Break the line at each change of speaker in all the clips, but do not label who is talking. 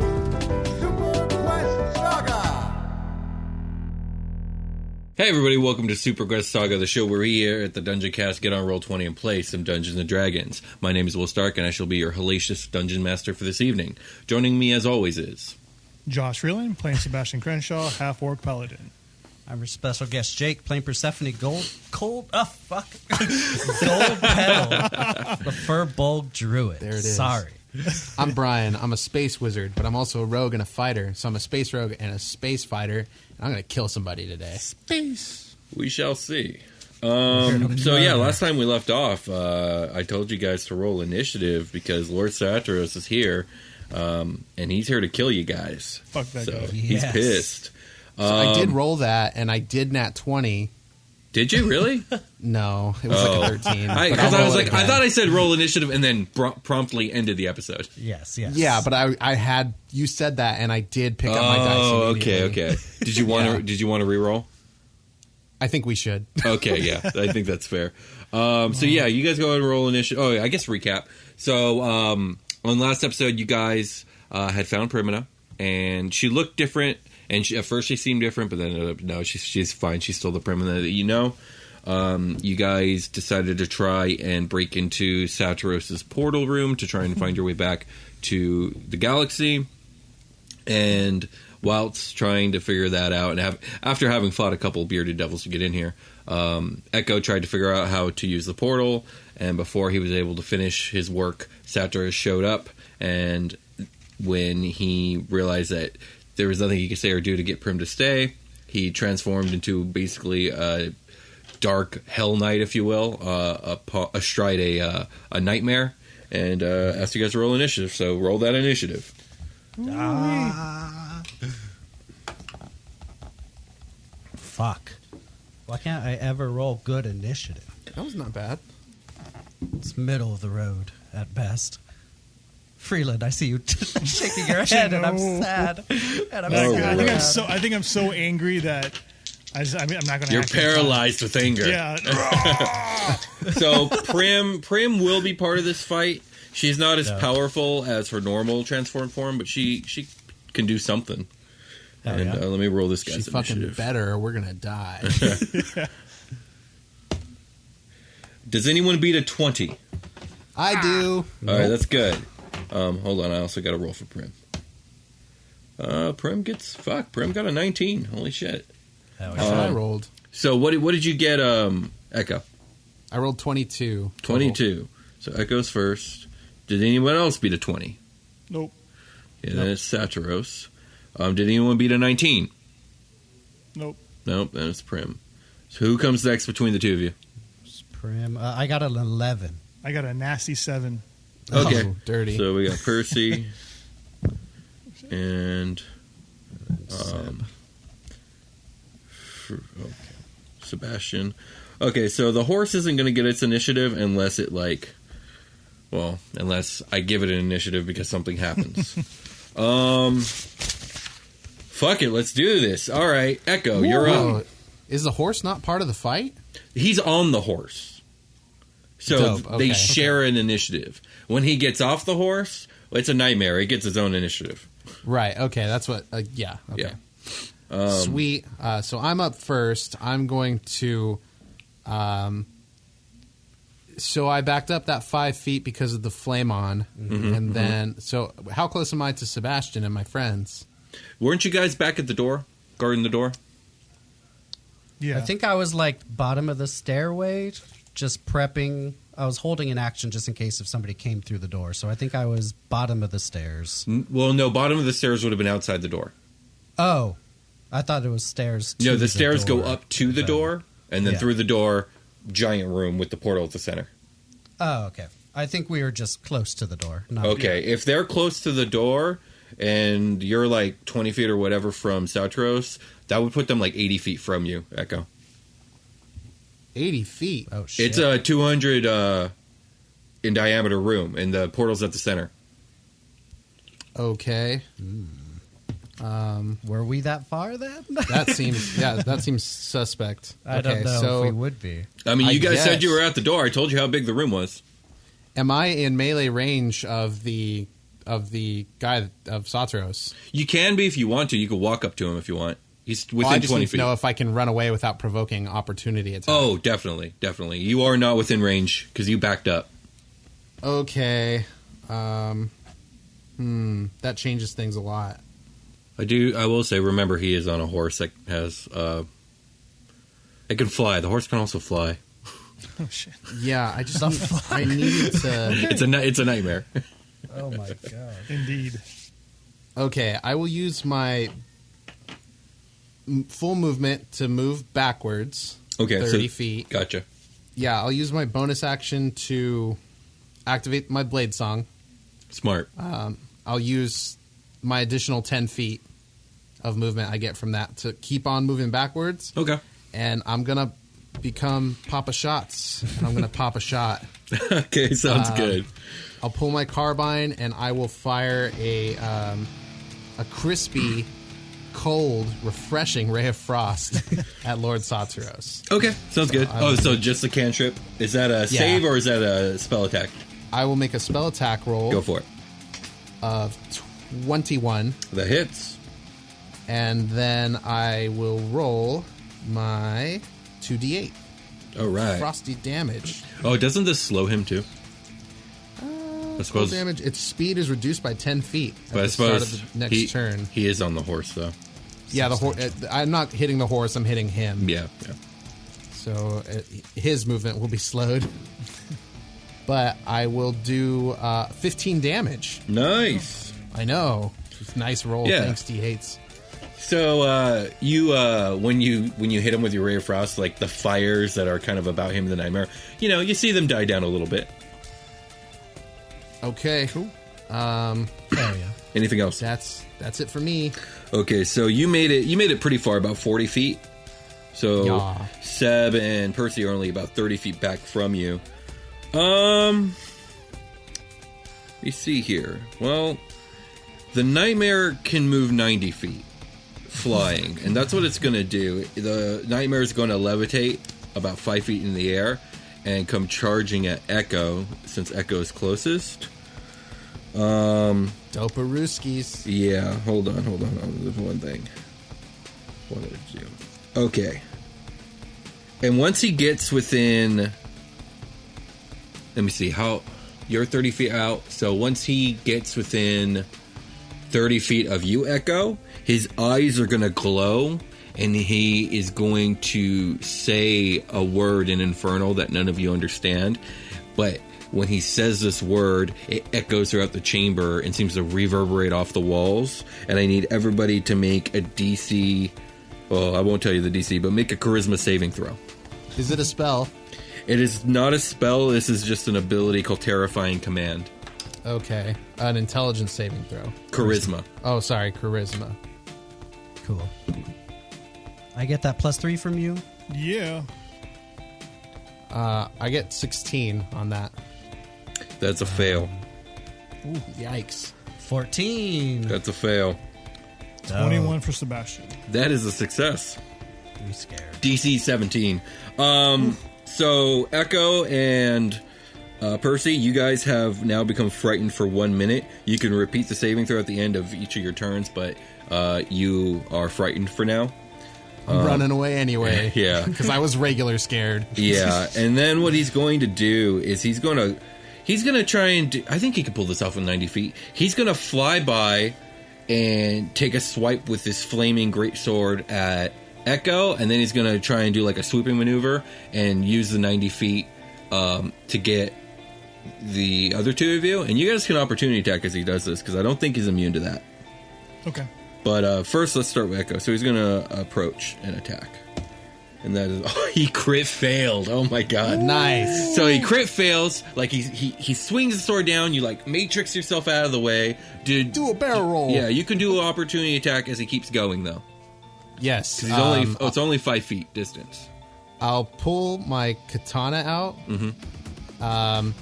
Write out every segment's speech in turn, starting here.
Super Quest Saga!
Hey everybody, welcome to Super Quest Saga, the show where we here at the Dungeon Cast get on roll twenty and play some Dungeons and Dragons. My name is Will Stark, and I shall be your hellacious dungeon master for this evening. Joining me, as always, is
Josh Reeland playing Sebastian Crenshaw, half orc paladin.
I'm your special guest Jake playing Persephone Gold Cold oh fuck Gold Petal the Furbolg Druid.
There it is.
Sorry.
I'm Brian. I'm a space wizard, but I'm also a rogue and a fighter. So I'm a space rogue and a space fighter. And I'm going to kill somebody today.
Space. We shall see. Um, so yeah, last time we left off, uh, I told you guys to roll initiative because Lord Satros is here, um, and he's here to kill you guys.
Fuck that
so
guy.
he's
Yes.
pissed.
So I
Um,
did roll that, and I did nat 20.
Did you really?
No, it was like a 13. but
Because
I'll
Oh. I was
roll it
like, I
again.
thought I said roll initiative, and then br- promptly ended the episode.
Yes, yes.
Yeah, but I, I had you said that, and I did pick up my dice.
Oh, okay,
immediately.
okay. Did you want to?
Yeah.
Did you want to re-roll?
I think we should.
Okay, yeah, I think that's fair. Um, so yeah, you guys go ahead and roll initiative. Oh, yeah, I guess recap. So um, on last episode, you guys uh, had found Primina, and she looked different. And she, at first, she seemed different, but then ended up, no, she's she's fine. She's still the Primina that you know. Um, you guys decided to try and break into Saturos's portal room to try and find your way back to the galaxy and whilst trying to figure that out and have, after having fought a couple bearded devils to get in here um, echo tried to figure out how to use the portal and before he was able to finish his work satyrus showed up and when he realized that there was nothing he could say or do to get prim to stay he transformed into basically a dark hell knight if you will uh, a, astride a, uh, a nightmare and uh, asked you guys to roll initiative so roll that initiative
Fuck. Why can't I ever roll good initiative?
That was not bad.
It's middle of the road at best. Freeland, I see you shaking your head, and I'm
No.
sad. And I'm
Oh,
sad.
I think I'm
Right.
so I think I'm so angry that I just, I mean, I'm not going to.
You're paralyzed with anger.
Yeah,
So Prim Prim will be part of this fight. She's not as powerful as her normal transformed form, but she she can do something.
Hell
and
yeah.
uh, let me roll this
She's
guy's
fucking
initiative.
better, or we're going to die.
Does anyone beat a twenty?
I do.
All right, that's good. Um, hold on, I also got a roll for Prim. Uh, Prim gets fuck. Prim got a nineteen. Holy shit!
Hell
That's
yeah.
what
Uh, Um,
I rolled.
So what did- what did you get? Um, Echo
I rolled 22. total.
twenty two. So Echo's first. Did anyone else beat a twenty?
nope,
Yeah, then it's Satiros. Um, did anyone beat a nineteen?
nope.
Nope, then it's Prim. So who comes next between the two of you?
It's Prim. Uh, I got an eleven.
I got a nasty seven.
Okay.
Oh, dirty.
So we got Percy and um, fr- okay. Sebastian. Okay, so the horse isn't going to get its initiative unless it like, well, unless I give it an initiative because something happens. um, fuck it, let's do this. All right, Echo, you're up.
Whoa. Is the horse not part of the fight?
he's on the horse. So
Dope,
they
okay.
share an initiative. When he gets off the horse, it's a nightmare. It gets its own initiative.
Right. Okay. That's what. Uh, yeah. Okay.
Yeah.
Sweet. Uh, so I'm up first. I'm going to um, so I backed up that five feet because of the flame on,
Mm-hmm.
and then so how close am I to Sebastian and my friends?
Weren't you guys back at the door, guarding the door?
Yeah.
I think I was like bottom of the stairway, just prepping. I was holding an action just in case if somebody came through the door. So I think I was bottom of the stairs.
N- Well, no, bottom of the stairs would have been outside the door.
Oh, I thought it was stairs.
No,
to
the stairs go
door.
up to the
So-
door, and then
Yeah.
through the door, giant room with the portal at the center.
Oh, okay. I think we were just close to the door. Not
Okay, if they're close to the door and you're like 20 feet or whatever from Satros, that would put them like 80 feet from you, Echo.
Eighty feet.
Oh shit.
It's a 200 uh, in diameter room, and the portal's at the center.
Okay,
Um, Were we that far then?
that seems yeah, that seems suspect.
I
okay,
don't know
so
if we would be.
I mean,
I
you guys said
guess.
you were at the door. I told you how big the room was.
am I in melee range of the of the guy of Satros?
You can be if you want to. You can walk up to him if you want. He's
Well, Oh, I
within
just
20
need to
feet.
know if I can run away without provoking opportunity attack.
Oh, definitely, definitely. You are not within range because you backed up.
okay. Um, hmm, that changes things a lot.
I do. I will say, remember, he is on a horse that has. Uh, it can fly. The horse can also fly.
Oh, shit.
Yeah, I just I need to.
It's a ni- it's a nightmare.
Oh my god.
Indeed.
Okay, I will use my m- full movement to move backwards
Okay, so-
thirty feet.
Gotcha.
Yeah, I'll use my bonus action to activate my blade song.
Smart.
I'll use my additional 10 feet of movement I get from that to keep on moving backwards.
Okay.
And I'm going to become Papa Shots. And I'm going to pop a shot.
okay. Sounds
Um,
good.
I'll pull my carbine and I will fire a, um, a crispy, cold, refreshing ray of frost at Lord Satsuros.
Okay. Sounds good.
I
Oh,
will-
so just the cantrip. Is that a save or is that a spell attack?
I will make a spell attack roll
Go for it.
of 21.
The hits.
and then I will roll my 2d8
All right.
frosty damage.
Oh, doesn't this slow him too? I
Full
suppose.
Uh, damage. Its speed is reduced by 10 feet at
But I
the start
suppose
of the next
he,
turn.
he is on the horse though.
Yeah, the hor- uh, I'm not hitting the horse. I'm hitting him.
Yeah. yeah.
So uh, his movement will be slowed. but I will do uh, 15 damage.
Nice.
I know. It's a nice roll.
Yeah.
Thanks, D hates.
So uh, you uh, when you when you hit him with your ray of frost, like the fires that are kind of about him, the nightmare. You know, you see them die down a little bit.
Okay. Um,
Oh yeah.
Anything else?
That's that's it for me.
Okay, so you made it. You made it pretty far, about forty feet. So
Yeah.
Seb and Percy are only about thirty feet back from you. Um, let me see here. Well, the nightmare can move ninety feet, flying, and that's what it's going to do. The nightmare is going to levitate about five feet in the air and come charging at Echo, since Echo is closest.
Doparuskis.
Yeah, hold on, hold on. on. There's one thing. What did I do? Okay. And once he gets within, let me see how you're 30 feet out. So once he gets within 30 feet of you, Echo, his eyes are gonna glow, and he is going to say a word in Infernal that none of you understand. But when he says this word, it echoes throughout the chamber and seems to reverberate off the walls. And I need everybody to make a DC. Oh, I won't tell you the DC, but make a charisma saving throw.
Is it a spell?
It is not a spell. This is just an ability called Terrifying Command.
Okay. An intelligence saving throw.
Charisma.
Oh, sorry, charisma.
Cool. I get that plus three from you.
Yeah.
Uh, I get 16 on that.
That's a fail.
Yikes.
Fourteen.
That's a fail. Oh.
21 for Sebastian.
That is a success.
We scared.
DC 17. Um, so Echo and uh, Percy, you guys have now become frightened for one minute. You can repeat the saving throw at the end of each of your turns, but uh, you are frightened for now.
I'm running away anyway.
yeah.
Because I was regular scared.
Yeah, and then what he's going to do is he's going to he's going to try and do, I think he could pull this off with 90 feet. He's going to fly by and take a swipe with this flaming great sword at Echo, and then he's going to try and do like a swooping maneuver and use the 90 feet um, to get the other two of you. And you guys can opportunity attack as he does this because I don't think he's immune to that.
Okay.
But uh, first, let's start with Echo. So he's going to approach and attack. And that is, oh, he crit failed. Oh my god.
Nice.
So he crit fails. Like he he he swings the sword down. You like matrix yourself out of the way, dude.
Do a barrel roll.
yeah, you can do an opportunity attack as he keeps going though.
Yes.
'Cause He's only
um,
oh, it's only five feet distance.
I'll pull my katana out. Mm-hmm. Um,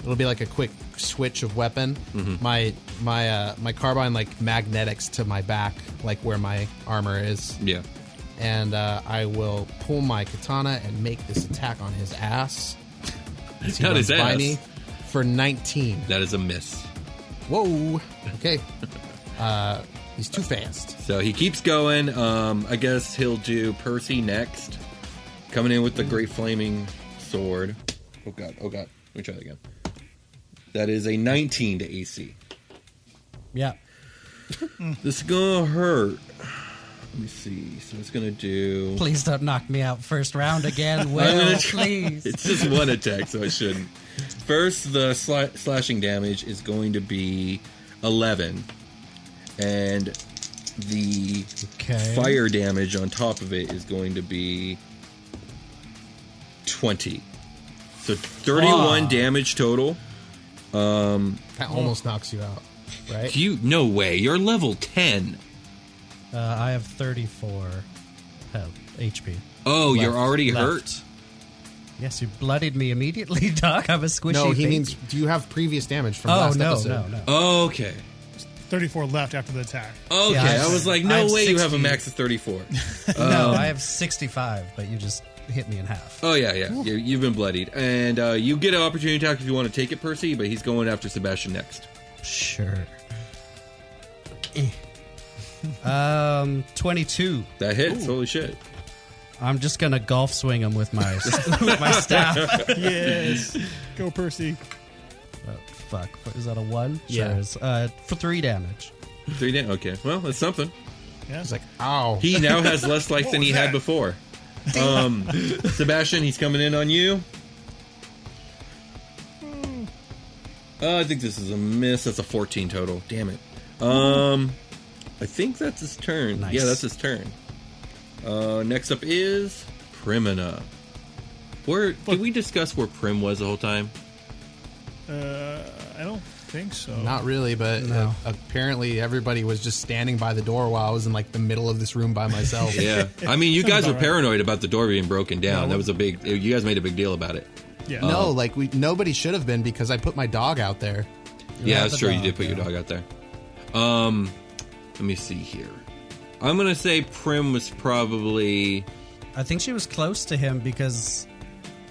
it'll be like a quick switch of weapon.
Mm-hmm.
My my uh, my carbine like magnetics to my back, like where my armor is,
Yeah.
and uh, I will pull my katana and make this attack on his ass. As he
Not his
runs by
ass.
me for nineteen.
That is a miss.
Whoa. Okay. uh, he's too fast.
So he keeps going. Um, I guess he'll do Percy next, coming in with the great flaming sword. Oh god! Oh god! Let me try that again. That is a 19 to AC.
Yeah.
This is gonna hurt. Let me see. So it's gonna do.
Please don't knock me out first round again, Will. please.
It's just one attack, so I shouldn't. First, the sli- slashing damage is going to be 11. And the
Okay.
fire damage on top of it is going to be 20. So 31
Ah.
damage total.
That almost knocks you out, right?
You no way. You're level 10.
Uh, I have 34 health, HP.
Oh, you're
Left.
already
Left. Yes, you bloodied me immediately, Doc. I'm a squishy.
No, he
baby.
means. Do you have previous damage from
Oh
last
no,
episode?
no, no.
hurt. Okay.
34 left after the attack.
Okay.
Yeah, I
I
have-
was like,
I
no
have
way you have a
60.
max of 34.
no,
um,
I have 65, but you just hit me in half.
Oh yeah, yeah. You, you've been bloodied, and uh, you get an opportunity attack if you want to take it, Percy. But he's going after Sebastian next.
Sure. Eh. um, 22.
That hits. Holy shit!
I'm just gonna golf swing him with my with my staff.
Yes. Go, Percy.
Oh, fuck, What, is that a one?
Yeah.
Sure. Is. Uh, for three damage.
Three down. Okay. Well, that's something.
Yeah.
He's like, ow.
He now has less life than he had before. Um, Sebastian, he's coming in on you.
Hmm.
Uh, I think this is a miss. That's a 14 total. Damn it. Um, I think that's his turn.
Nice.
Yeah, that's his turn. Uh, next up is Primina. Where did we discuss where Prim was the whole time?
Uh, I don't think so.
Not really, but
No.
uh, apparently everybody was just standing by the door while I was in like the middle of this room by myself.
Yeah, I mean, you guys
about
were
right.
paranoid about the door being broken down. that was a big. You guys made a big deal about it.
yeah.
Uh-huh.
No, like we nobody should have been because I put my dog out there.
yeah,
Yeah,
that's
the
true. You
dog,
did put your
yeah.
dog out there. Um, let me see here. I'm gonna say Prim was probably
I think she was close to him because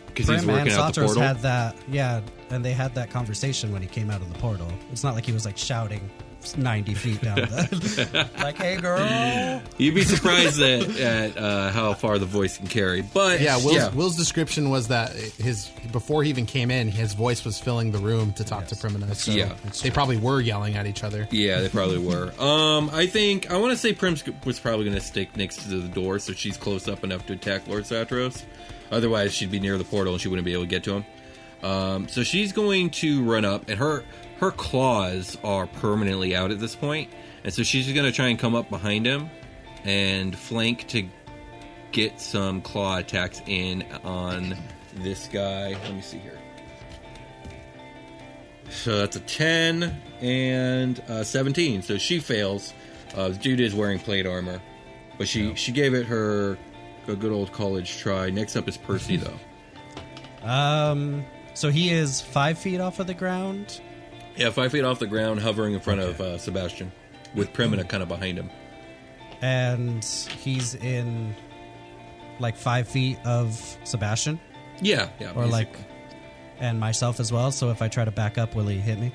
because he's
Prim and
working out the
Sauters
portal.
had that. Yeah, and they had that conversation when he came out of the portal. It's not like he was like shouting 90 feet down. The, like, hey girl.
You'd be surprised at, at uh, how far the voice can carry. But
Yeah, Will's,
yeah,
Will's description was that his before he even came in, his voice was filling the room to talk to Primina. So
Yeah.
they probably were yelling at each other.
Yeah, they probably were. Um, I think I want to say Prim was probably going to stick next to the door, so she's close up enough to attack Lord Satros. Otherwise, she'd be near the portal and she wouldn't be able to get to him. Um, so she's going to run up, and her her claws are permanently out at this point, and so she's going to try and come up behind him and flank to get some claw attacks in on this guy. Let me see here. So that's a 10 and uh, 17. So she fails. Uh, dude is wearing plate armor, but she she gave it her a good old college try. Next up is Percy though.
Um, so he is five feet off of the ground.
Yeah, five feet off the ground, hovering in front of uh, Sebastian, with Primina kind of behind him.
and he's in like five feet of Sebastian
Yeah, yeah.
or like
basically.
and myself as well. So if I try to back up, will he hit me?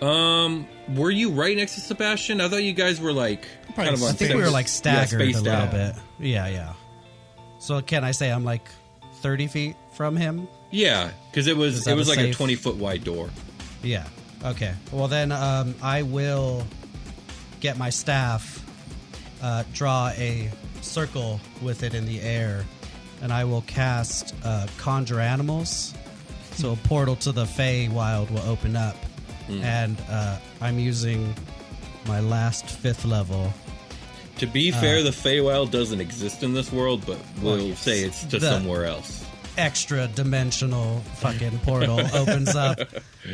Um, were you right next to Sebastian? I thought you guys were like
Probably
kind of on
I
I think we
separate-
were like staggered
yeah,
a
spaced
little
out.
bit. Yeah, yeah. So can I say I'm like 30 feet from him?
Yeah, because it was
Is
it
that
was
a
like a
safe-
twenty foot wide door.
Yeah. Okay. Well, then um, I will get my staff, uh, draw a circle with it in the air, and I will cast uh, Conjure Animals. So a portal to the Fey Wild will open up, and uh, I'm using my last fifth level.
To be
Uh.
fair, the Feywild doesn't exist in this world, but we'll
yes.
say it's to
The-
somewhere else.
extra dimensional fucking portal opens up,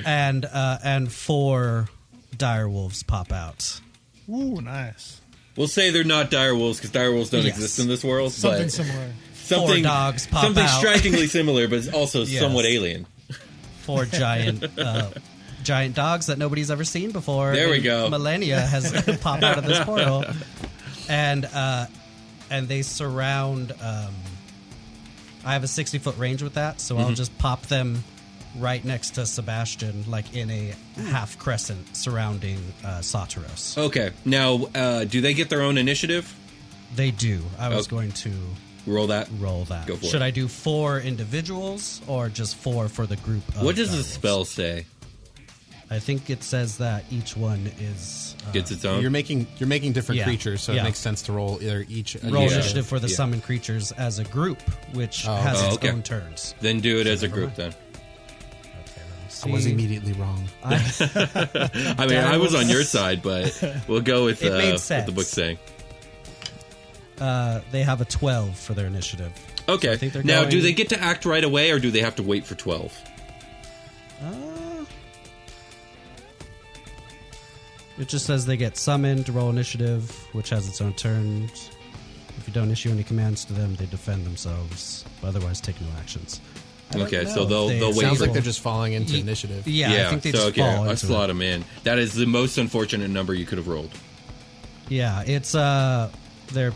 and uh, and four dire wolves pop out.
Ooh, nice.
We'll say they're not direwolves because direwolves don't
Yes.
exist in this world.
Something
but
similar.
something
Four dogs pop
something
out.
strikingly similar, but also
Yes.
somewhat alien.
Four giant. Uh, Giant dogs that nobody's ever seen before.
There we
in
go.
Millennia has popped out of this portal, and uh, and they surround. Um, I have a sixty foot range with that, so
Mm-hmm.
I'll just pop them right next to Sebastian, like in a
Hmm.
half crescent surrounding uh, Soteros.
Okay, now uh, do they get their own initiative?
They do. I was
Okay.
going to
Roll that.
roll that.
Oh. Go for
Should
it.
I do four individuals or just four for the group? Of uh,
What does the
direwolves?
spell say?
I think it says that each one is uh,
Gets its own.
You're making you're making different
Yeah.
creatures, so
Yeah.
it makes sense to roll either each.
roll
Yeah.
initiative for the
Yeah.
summoned creatures as a group, which has
Oh,
its
okay.
own turns.
then do it as a group. Then
I was
See,
immediately wrong.
I mean, I was on your side, but we'll go with, uh,
It made
what
sense.
the book's saying.
uh, they have a twelve for their initiative.
Okay.
think they're
now, do
going-
they get to act right away, or do they have to wait for twelve?
It just says they get summoned, roll initiative, which has its own turns. If you don't issue any commands to them, they defend themselves. Otherwise, take no actions. I don't
Okay, so
know if
they'll- they'll wait
Sounds
for-
like they're just falling into
Ye-
initiative.
Yeah, I think they
so
just
okay,
fall
I
into
slot
it.
them in. That is the most unfortunate number you could have rolled.
Yeah, it's uh, they're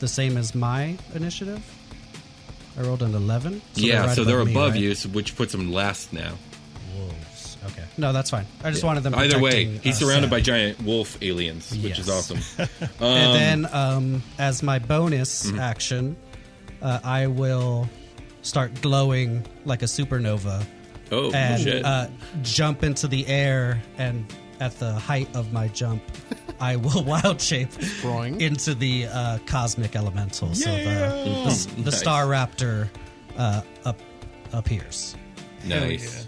the same as my initiative. I rolled an eleven.
yeah,
right
so they're
me,
above
right?
you, so- which puts them last now.
Wolves. Okay, no, that's fine. I just wanted them.
Either way,
protecting
he's
us.
surrounded
Yeah.
by giant wolf aliens, which is
Yes.
awesome.
and then, um, as my bonus
Mm-hmm.
action, uh, I will start glowing like a supernova
Oh
and
shit!
uh, jump into the air. And at the height of my jump, I will wild shape
Throwing.
into the uh, cosmic elemental. So the, the, s- the
Nice.
star raptor uh, up, appears.
nice.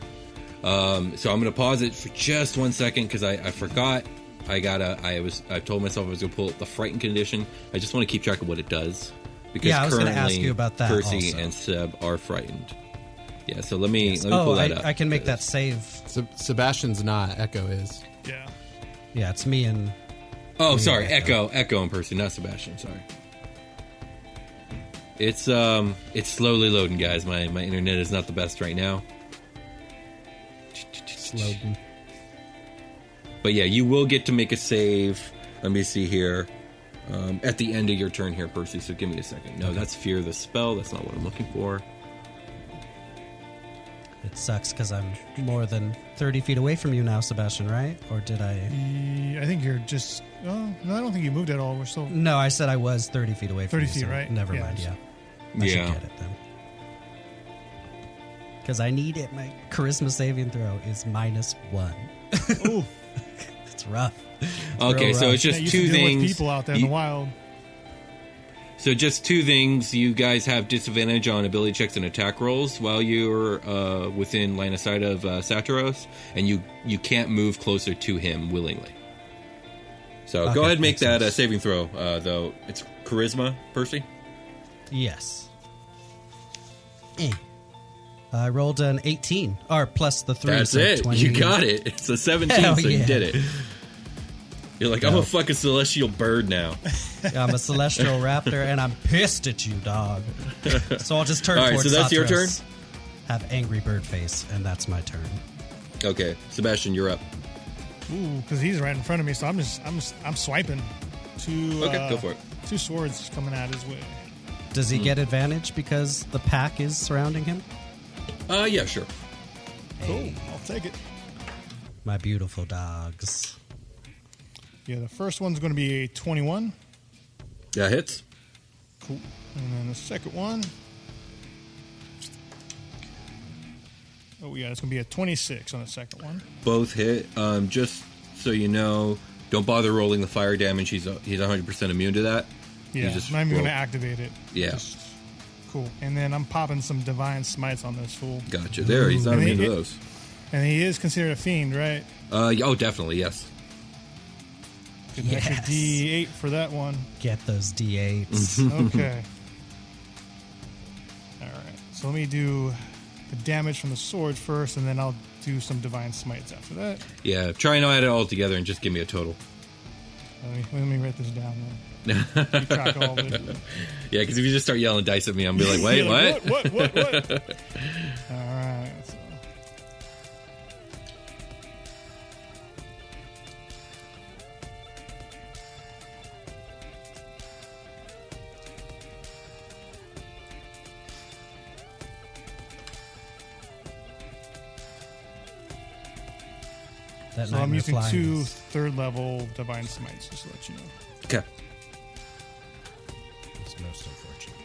Um, so I'm gonna pause it for just one second because I, I forgot. I gotta. I was. I told myself I was gonna pull up the frightened condition. I just want to keep track of what it does because
Yeah, I was gonna
currently
ask you about that
Percy
also.
and Seb are frightened. Yeah. So let me let me
Oh,
pull that
I,
up.
I can make that save.
Se- Sebastian's not. Echo is.
Yeah.
Yeah, it's me and
Oh, sorry, Echo, Echo in person, not Sebastian. Sorry. It's um, it's slowly loading, guys. My my internet is not the best right now.
Logan.
But yeah, you will get to make a save. Let me see here. Um, at the end of your turn here, Percy. So give me a second. No, that's fear the spell. That's not what I'm looking for.
It sucks because I'm more than 30 feet away from you now, Sebastian, right? Or did I?
I think you're just. Oh, no, I don't think you moved at all. We're still.
No, I said I was 30 feet away from
30
you.
feet,
so
right?
Never
Yeah,
mind,
just-
yeah. I
Yeah.
should get it then. Because I need it. My charisma saving throw is minus one.
Oh,
It's rough.
Okay,
real
so
rough.
it's
yeah,
just
you
two
can deal
things.
With people out there in
You-
the wild.
So just two things. You guys have disadvantage on ability checks and attack rolls while you're uh, within line of sight of uh, Saturos, and you you can't move closer to him willingly. So
Okay,
go ahead and make
makes
that uh,
sense.
saving throw. Uh, though it's charisma, Percy.
Yes. Eh. I rolled an 18, or plus the three.
That's
so
it.
20.
You got it. It's a seventeen,
Hell
so you
yeah.
did it. You're like I'm a
No.
fucking celestial bird now.
I'm a celestial raptor, and I'm pissed at you, dog. So I'll just turn.
All right, so
towards
that's your
Satros, Have angry bird face, and that's my turn.
Okay, Sebastian, you're up.
Ooh, because he's right in front of me, so I'm just I'm just, I'm swiping. Two.
Okay,
uh,
go for it.
Two swords coming out his way.
Does
Hmm.
he get advantage because the pack is surrounding him?
Uh, yeah, sure.
Cool. I'll take it.
my beautiful dogs.
Yeah, the first one's going to be a 21.
Yeah, hits.
Cool. And then the second one. Oh, yeah, it's going to be a 26 on the second one.
Both hit. Um, just so you know, don't bother rolling the fire damage. He's he's 100 percent immune to that. You
Yeah,
just
I'm not even going
roll-
to activate it.
Yeah.
Just- cool. And then I'm popping some divine smites on this fool.
Gotcha. There, he's not
Ooh.
immune to those.
And he is considered a fiend, right?
Uh, yeah, oh, definitely yes.
Get an
Yes.
extra D8 for that one.
Get those D8s.
Mm-hmm.
Okay. All right. So let me do the damage from the sword first, and then I'll do some divine smites after that.
Yeah, try and add it all together and just give me a total.
Let me, let me write this down. Then. Keep track of all of it.
Yeah, because if you just start yelling dice at me, I'm gonna be like, wait,
You're
what?
like, What? What? What? What? all right. So.
That
So I'm
nightmare
using
flying
two
is-
third level divine smites, just to let you know.
Okay.
It's most unfortunate.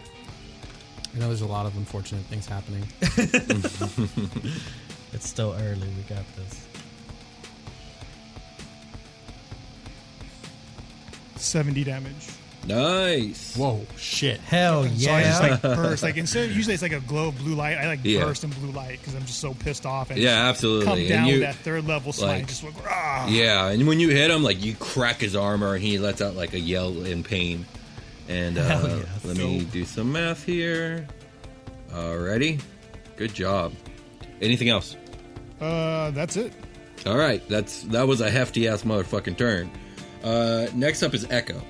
I know there's a lot of unfortunate things happening.
It's still early. We got this.
70 damage.
Nice.
Whoa, shit.
Hell
So I
Oh, yeah!
just like burst. Like instead, usually it's like a glow of blue light. I like
Yeah.
burst in blue light because I'm just so pissed off. And
Yeah,
just Come
absolutely.
down
And you,
with that third level smite.
like-
just like, rah.
yeah, and when you hit him, like you crack his armor, and he lets out like a yell in pain. And uh,
Hell yeah,
let me do some math here. Alrighty, good job. Anything else?
Uh, that's it.
All right, that's that was a hefty ass motherfucking turn. Uh, next up is Echo.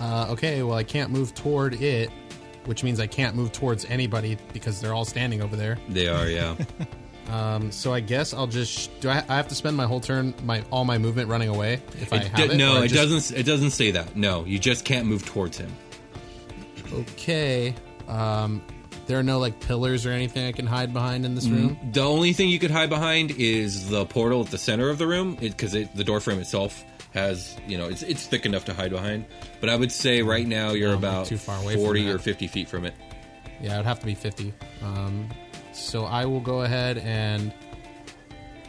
Uh, okay, well, I can't move toward it, which means I can't move towards anybody because they're all standing over there.
They are, yeah.
Um, so I guess I'll just sh- do. I, I have to spend my whole turn, my all my movement running away if I
It
have
do-
it.
no,
or
it
just-
doesn't. It doesn't say that. No, you just can't move towards him.
Okay. Um, there are no like pillars or anything I can hide behind in this room.
The only thing you could hide behind is the portal at the center of the room, because it, the door frame itself has, you know, it's it's thick enough to hide behind. But I would say right now you're
No, I'm
about
too far away from
forty
that.
or fifty feet from it.
Yeah, it would have to be 50. Um, so I will go ahead and.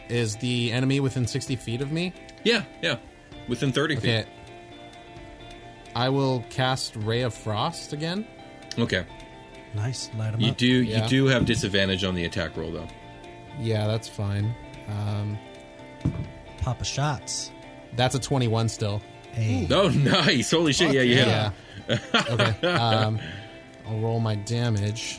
Is the enemy within 60 feet of me?
Yeah, yeah, within thirty
Okay. I will cast Ray of Frost again.
feet. Okay,
nice, light 'em
you
up.
do
Yeah.
you do have disadvantage on the attack roll though.
Yeah, that's fine. Um,
Papa shots.
that's a 21 still.
Hey,
Oh, nice! Holy shit!
Fuck
yeah, you hit him.
Yeah. okay. Um, I'll roll my damage.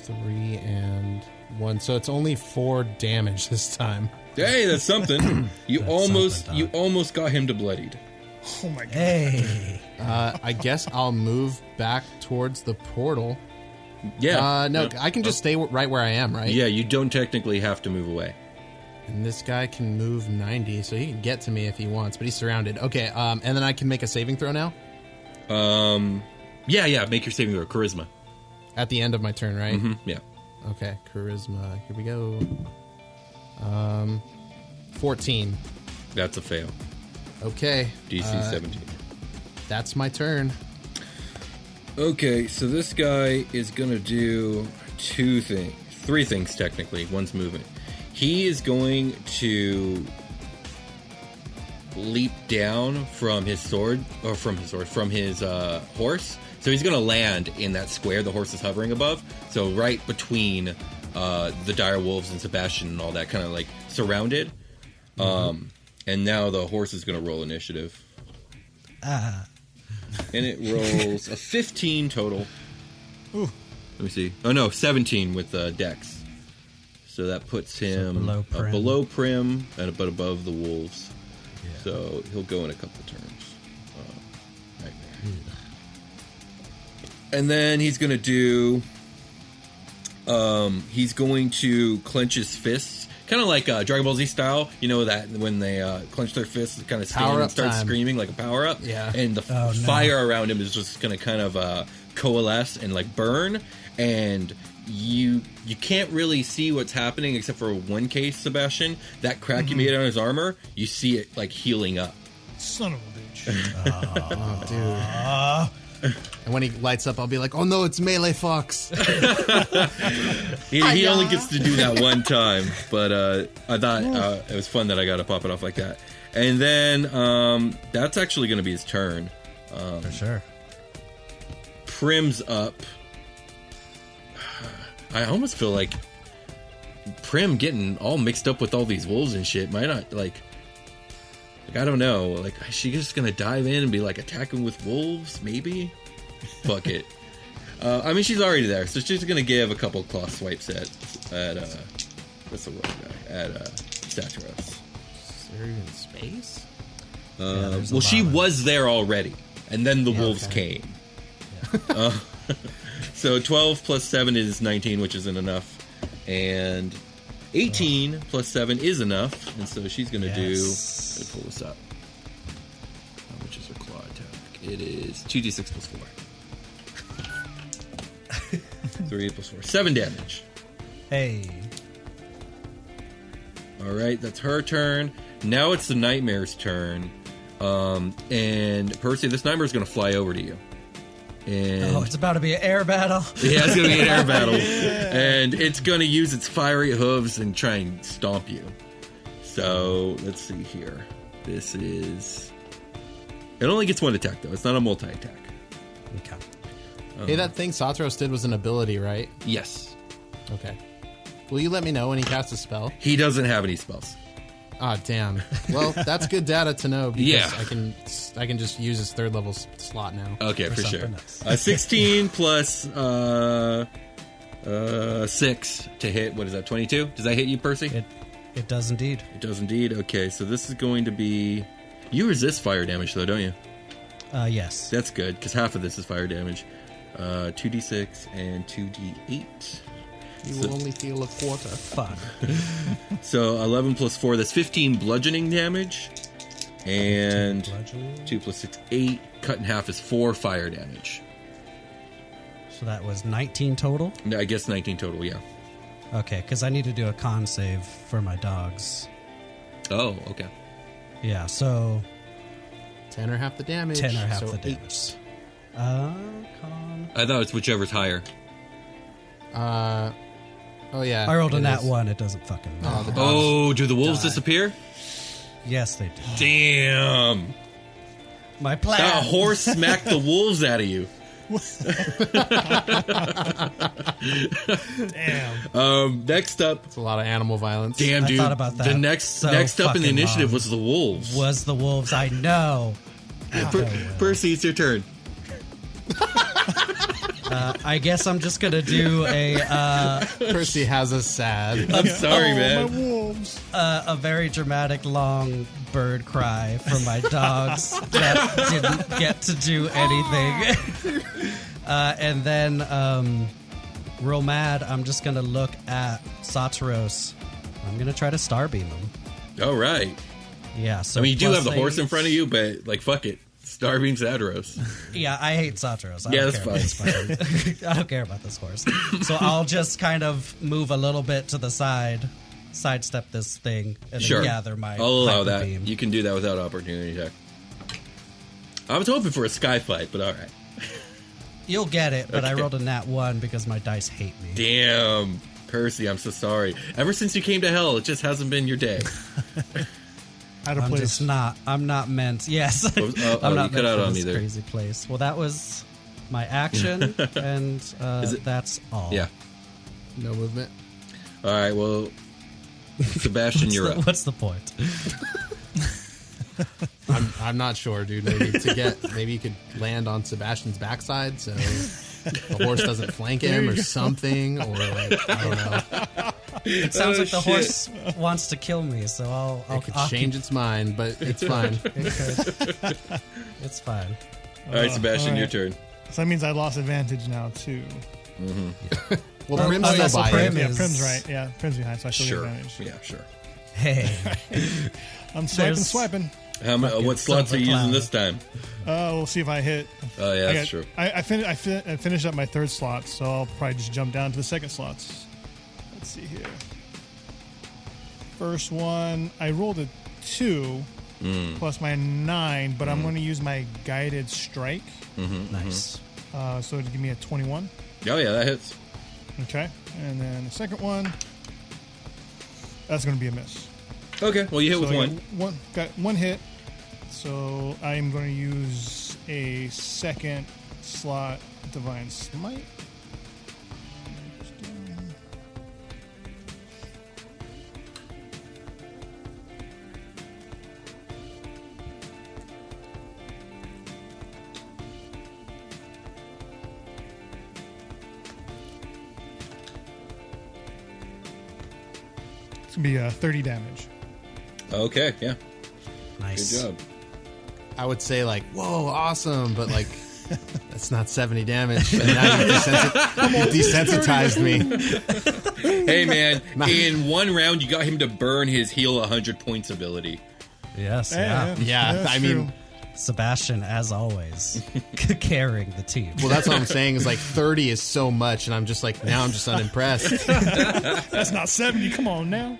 Three and one. So it's only four damage this time.
Hey, that's something. You
That's
almost
something,
you
dog.
almost got him to bloodied.
Oh my god.
hey!
Uh, I guess I'll move back towards the portal.
Yeah.
Uh, no,
yeah. Oh.
I can just stay right where I am, right?
Yeah, you don't technically have to move away.
And this guy can move 90, so he can get to me if he wants, but he's surrounded. Okay, um, and then I can make a saving throw now
Um. Yeah, yeah. Make your saving throw. Charisma.
at the end of my turn, right?
Hmm, Yeah.
Okay, charisma. Here we go. Um, 14.
That's a fail.
Okay.
DC
uh,
17.
That's my turn.
Okay, so this guy is going to do two things. Three things, technically. One's movement. He is going to leap down from his sword, or from his sword, from his uh, horse. So he's going to land in that square the horse is hovering above. So right between uh, the dire wolves and Sebastian and all that, kind of like surrounded. Um, and now the horse is going to roll initiative.
Ah.
and it rolls a 15 total. Let me see. Oh no, 17 with uh, Dex. So that puts him
below
uh,
prim.
below prim and but above the wolves.
Yeah.
So he'll go in a couple of turns. Uh, nightmare. And then he's going to do. Um, he's going to clench his fists, kind of like uh, Dragon Ball Z style. You know that when they uh, clench their fists, kind of stand
Power
and
up
start
time.
screaming like a power up.
Yeah.
And the f-
Oh, no.
fire around him is just going to kind of uh, coalesce and like burn and you you can't really see what's happening except for one case sebastian that crack
Mm-hmm.
you made on his armor you see it like healing up
Son of a bitch.
Oh, dude. And when he lights up, I'll be like, "Oh no, it's Melee Fox."
he, he only gets to do that one time but uh i thought uh, it was fun that i got to pop it off like that and then um that's actually gonna be his turn
for sure.
prims up. I almost feel like Prim getting all mixed up with all these wolves and shit might not like. Like I don't know. Like is she just gonna dive in and be like attacking with wolves? Maybe. Fuck it. Uh, I mean, she's already there, so she's gonna give a couple claw swipes at at uh, what's the word guy at uh, Staturos.
Is there even space?
Yeah,
Uh,
there's a
well,
lot
she
of-
was there already, and then the wolves
okay.
came. Uh, so 12 plus 7 is 19, which isn't enough. And 18 plus 7 is enough. And so she's going to
Yes.
do. Let me pull this up. How much is her claw attack? It is 2d6 plus 4. 3 plus 4. 7 damage.
Hey,
All right, that's her turn. Now it's the nightmare's turn. Um, and Percy, this nightmare's going to fly over to you. And
oh, it's about to be an air battle.
yeah, it's going to be an air battle. And it's going to use its fiery hooves and try and stomp you. So let's see here. This is. It only gets one attack, though. It's not a multi attack.
Okay.
Hey, that thing Satros did was an ability, right?
Yes.
Okay. Will you let me know when he casts a spell?
He doesn't have any spells.
Ah, damn. Well, that's good data to know because
Yeah. Uh,
I can I can just use his third level s- slot now.
Okay, for, sure.
something else.
Uh, 16 plus uh, uh, 6 to hit. What is that, 22? Does that hit you, Percy?
It it does indeed.
it does indeed. Okay, so this is going to be. You resist fire damage, though, don't you?
Uh, yes.
That's good, because half of this is fire damage. Uh, 2d6 and 2d8.
You will only feel a quarter.
Fuck.
So 11 plus 4, that's 15 bludgeoning damage. And
15
2 plus 6, 8. Cut in half is 4 fire damage.
So that was 19 total.
No, I guess 19 total, yeah.
Okay, because I need to do a con save for my dogs.
Oh, okay.
Yeah, so
Ten or half the damage.
10 or half
so
the
eight.
damage. Uh, con.
I thought it's whichever's higher.
Uh, oh yeah.
I rolled
it
a nat
is.
one. It doesn't fucking
Oh,
matter.
the dogs.
Oh, do the wolves disappear?
Yes, they did.
Damn.
My plan.
That horse smacked the wolves out of you.
Damn. Oh,
Um, next up,
It's a lot of animal violence.
damn
I
dude.
thought about
The
that
next
so
next up in the
fucking
initiative
long.
was the wolves.
was the wolves. I know.
Per- Percy, it's your turn.
Uh, I guess I'm just gonna do a uh,
Percy has us sad.
I'm sorry,
oh,
man.
my wolves.
a, a very dramatic long bird cry for my dogs that didn't get to do anything. uh, and then, um, real mad, I'm just gonna look at Satros. I'm gonna try to starbeam him.
All right.
Yeah. So
I mean, you do
plus
have the
they-
horse in front of you, but like, fuck it. Starbeam Zadros.
Yeah, I hate Satros. I
Yeah,
don't
that's
care About this fucking- I don't care about this horse. So I'll just kind of move a little bit to the side, sidestep this thing, and
Sure.
then gather my.
I'll allow
hyper
that.
beam.
You can do that without opportunity check. I was hoping for a sky fight, but all right.
You'll get it, but I
Okay.
rolled a nat one because my dice hate me.
Damn, Percy, I'm so sorry. Ever since you came to hell, it just hasn't been your day.
Out of
I'm
place.
just not. I'm not meant. Yes,
Oh, oh,
I'm
you cut
not meant
out
for
on me
this
there.
crazy place. Well, that was my action, and uh,
Is it-
that's all.
Yeah.
No movement.
All right. Well, Sebastian, you're
So
up.
what's the point?
I'm, I'm not sure, dude. Maybe to get, maybe you could land on Sebastian's backside so the horse doesn't flank him or something, or like, I don't know.
It sounds
Oh,
like the
shit.
horse wants to kill me, so I'll. I'll
It could
I'll
change its mind, but it's fine.
It could. it's fine.
All right, Sebastian,
all
your
right.
turn.
So that means I lost advantage now too.
Well, Prim's
oh, yeah, so
still by
Prim
you.
Yeah,
is-
Prim's right. Yeah, Prim's behind, so I still
Sure.
get advantage.
Yeah, sure.
Hey,
I'm swiping,
There's-
swiping.
How ma-
Fucking
what slots
silver
are you using
cloud.
this time?
Uh, we'll see if I hit.
Oh, yeah,
I
that's true.
I, I, fin- I, fin- I finished up my third slot, so I'll probably just jump down to the second slots. Let's see here. First one, I rolled a two plus my nine, but I'm going to use my guided strike,
Nice.
uh, so it'll give me a 21.
Oh yeah, that hits.
Okay, and then the second one, that's going to be a miss.
Okay, well you hit
So
with
I
one.
Got one. Got one hit. So I'm going to use a second slot divine smite. It's gonna be uh, 30 damage.
Okay, yeah, Mm-hmm. good
Nice.
job.
I would say like, "Whoa, awesome!" But like, that's not seventy damage. And now you desensit- you desensitized me.
Hey man,
Nah.
in one round you got him to burn his heal 100 points ability.
Yes. yeah.
Yeah,
that's
I mean-
true.
Sebastian, as always, carrying the team.
Well, that's what I'm saying. Is like thirty is so much, and I'm just like now I'm just unimpressed.
that's not 70. Come on now.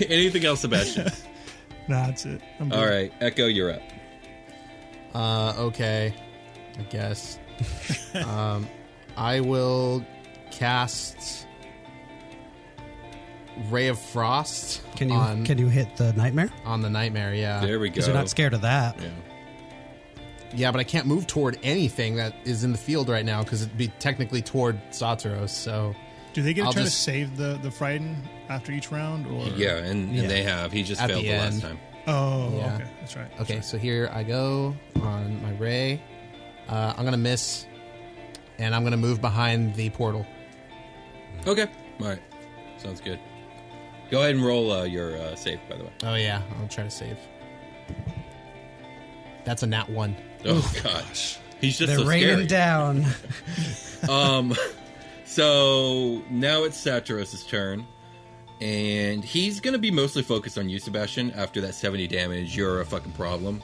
Anything else, Sebastian?
Nah, that's it. I'm good.
All right, Echo, you're up.
Uh, okay, I guess. um, I will cast Ray of Frost
Can you
on
can you hit the nightmare?
on the nightmare. Yeah,
There we go.
Because you're not scared of that.
Yeah.
yeah, but I can't move toward anything that is in the field right now because it'd be technically toward Satsuros. So.
Do they get to
I'll
try
just-
to save the the frighten after each round or?
Yeah, and,
Yeah.
and they have. He just
At
failed
the
the, last
end.
time.
Oh,
Yeah.
okay. That's right.
Okay, so here I go on my ray. Uh, I'm gonna miss, and I'm gonna move behind the portal.
Okay, all right, sounds good. Go ahead and roll uh, your uh, save, by the way.
Oh yeah, I'll try to save. That's a nat one.
Oh gosh, he's just
They're
so scary.
raining down.
Um, so now it's Saturos' turn, and he's going to be mostly focused on you, Sebastian. After that 70 damage, you're a fucking problem.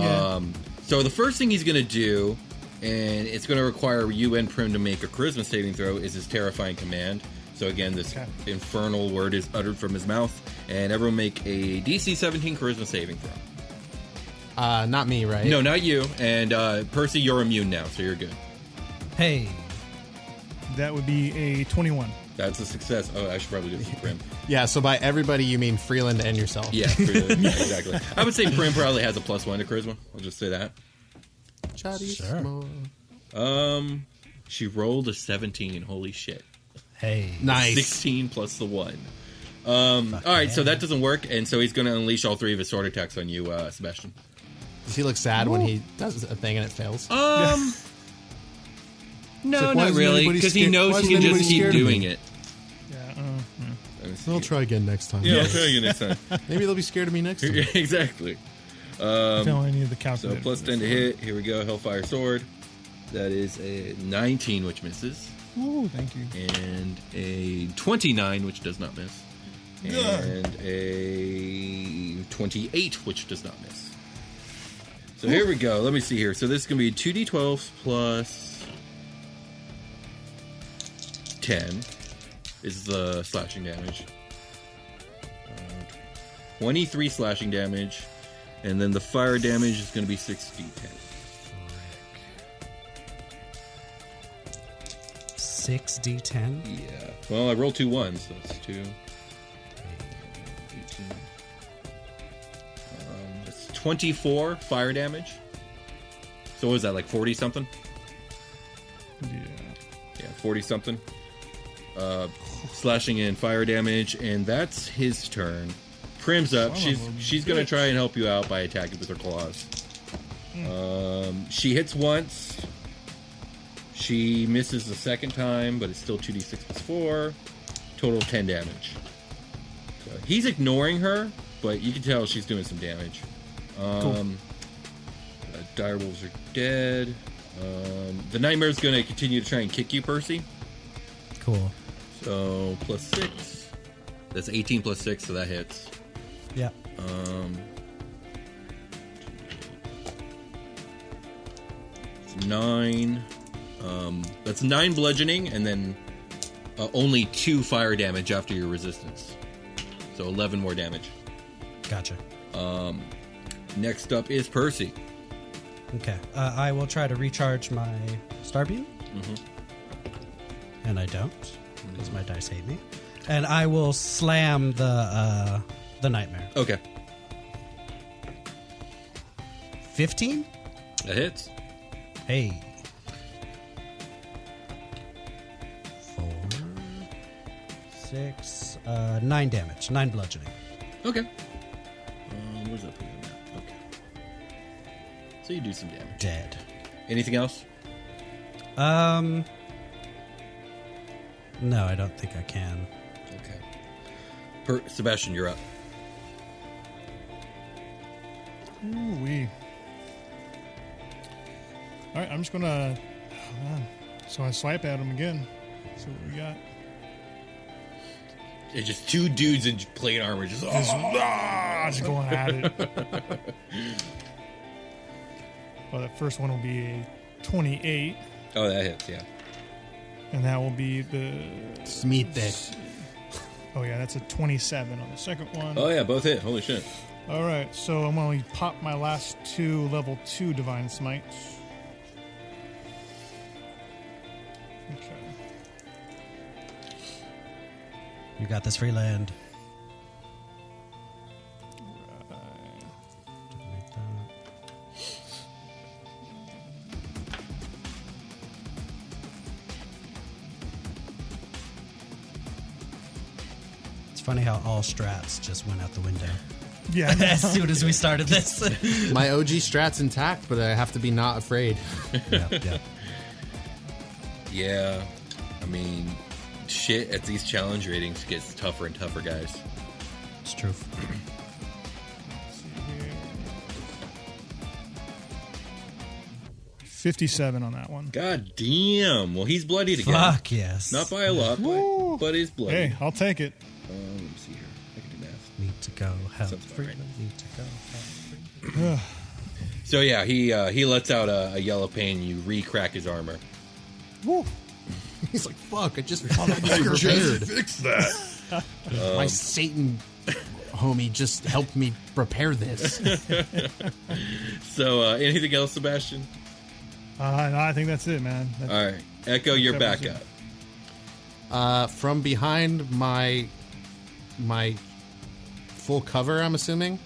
Um, so the first thing he's going to do, and it's going to require you and Prim to make a charisma saving throw, is his terrifying command. So again, this
Okay.
infernal word is uttered from his mouth, and everyone make a DC 17 charisma saving throw.
Uh, not me, right?
No, not you. And uh, Percy, you're immune now, so you're good.
hey,
That would be a 21.
That's a success. Oh, I should probably do it for Prim.
Yeah. So by everybody, you mean Freeland and yourself.
Yeah, for the- exactly. I would say Prim probably has a plus one to charisma. I'll just say that.
Sure.
Um, she rolled a seventeen. Holy shit!
hey.
Nice.
Sixteen plus the one. Um, all right, so that doesn't work, and so he's going to unleash all three of his sword attacks on you, uh, Sebastian.
Does he look sad when he does a thing and it fails?
Um, no,
like, why
not
isn't
really,
anybody
because he
scared-
knows
why
he can
isn't
just
anybody
keep
scared of
doing
me?
it.
Yeah. Uh,
I'll try again next time.
Yeah, I'll show you next time.
Maybe they'll be scared of me next time.
exactly.
don't I need the
So
calculator.
plus
for
ten
this.
to hit. Here we go. Hellfire sword. That is a nineteen, which misses.
Ooh, thank you.
and a 29, which does not miss, and a 28, which does not miss. So here we go. Let me see here. So this is going to be 2d12 plus 10 is the slashing damage. Uh, 23 slashing damage, and then the fire damage is going to be 6d10.
Six D ten.
Yeah. Well, I rolled two ones, so that's two. 18. Um, that's 24 fire damage. So what was that, like 40 something?
Yeah.
Yeah, 40 something. Uh, slashing in fire damage, and that's his turn. Prim's up.
Son
she's
of a
she's gonna
bitch.
try and help you out by attacking with her claws.
Hmm.
Um, she hits once. She misses the second time, but it's still 2d6 plus 4. Total of 10 damage. So he's ignoring her, but you can tell she's doing some damage. Um, uh, direwolves are dead. Um, the nightmare's going to continue to try and kick you, Percy.
Cool.
So plus six. That's 18 plus six, so that hits.
Yeah.
nine. Um, that's nine bludgeoning, and then uh, only two fire damage after your resistance. So eleven more damage.
Gotcha.
Next up is Percy.
Okay. Uh, I will try to recharge my Starbeam. And I don't, because my dice hate me. And I will slam the uh, the nightmare.
Okay,
15?
that hits.
Hey. Four, six, uh, nine damage. Nine bludgeoning.
Okay. Um, where's that? put on that? Okay. So you do some damage.
Dead.
Anything else?
Um. No, I don't think I can.
Okay. Per- Sebastian, you're up.
Ooh wee. All right, I'm just gonna. hold on. So I swipe at him again. See what we got.
It's just two dudes in plate armor. Just
Ah, just going at it. well, that first one will be a 28,
oh, that hits. Yeah.
and that will be the.
Smite
Oh yeah, that's a 27 on the second one.
Oh yeah, both hit. Holy shit.
All right, so I'm gonna pop my last two level two divine smites. Okay.
You got this free land. Like that. It's funny how all strats just went out the window
Yeah. I know.
as soon as we started this.
My OG strat's intact, but I have to be not afraid.
yeah, yeah.
Yeah. I mean, shit at these challenge ratings gets tougher and tougher, guys.
It's true.
Let's see here. 57 on that one.
God damn. Well, he's bloodied again.
Fuck yes.
Not by a lot, but,
Woo.
but he's bloody.
Hey, I'll take it.
Um, let me see here. I can do math.
Need to go help.
Sounds about
free.
right.
Need to go help.
So yeah, he uh, he lets out a, a yell of pain. You re-crack his armor.
Woo.
He's like, fuck, I just prepared.
Fix that.
My Satan homie just helped me prepare this.
So uh, anything else, Sebastian?
Uh, no, I think that's it, man. That-
All right, Echo, you're back up.
Uh, from behind my my full cover, I'm assuming,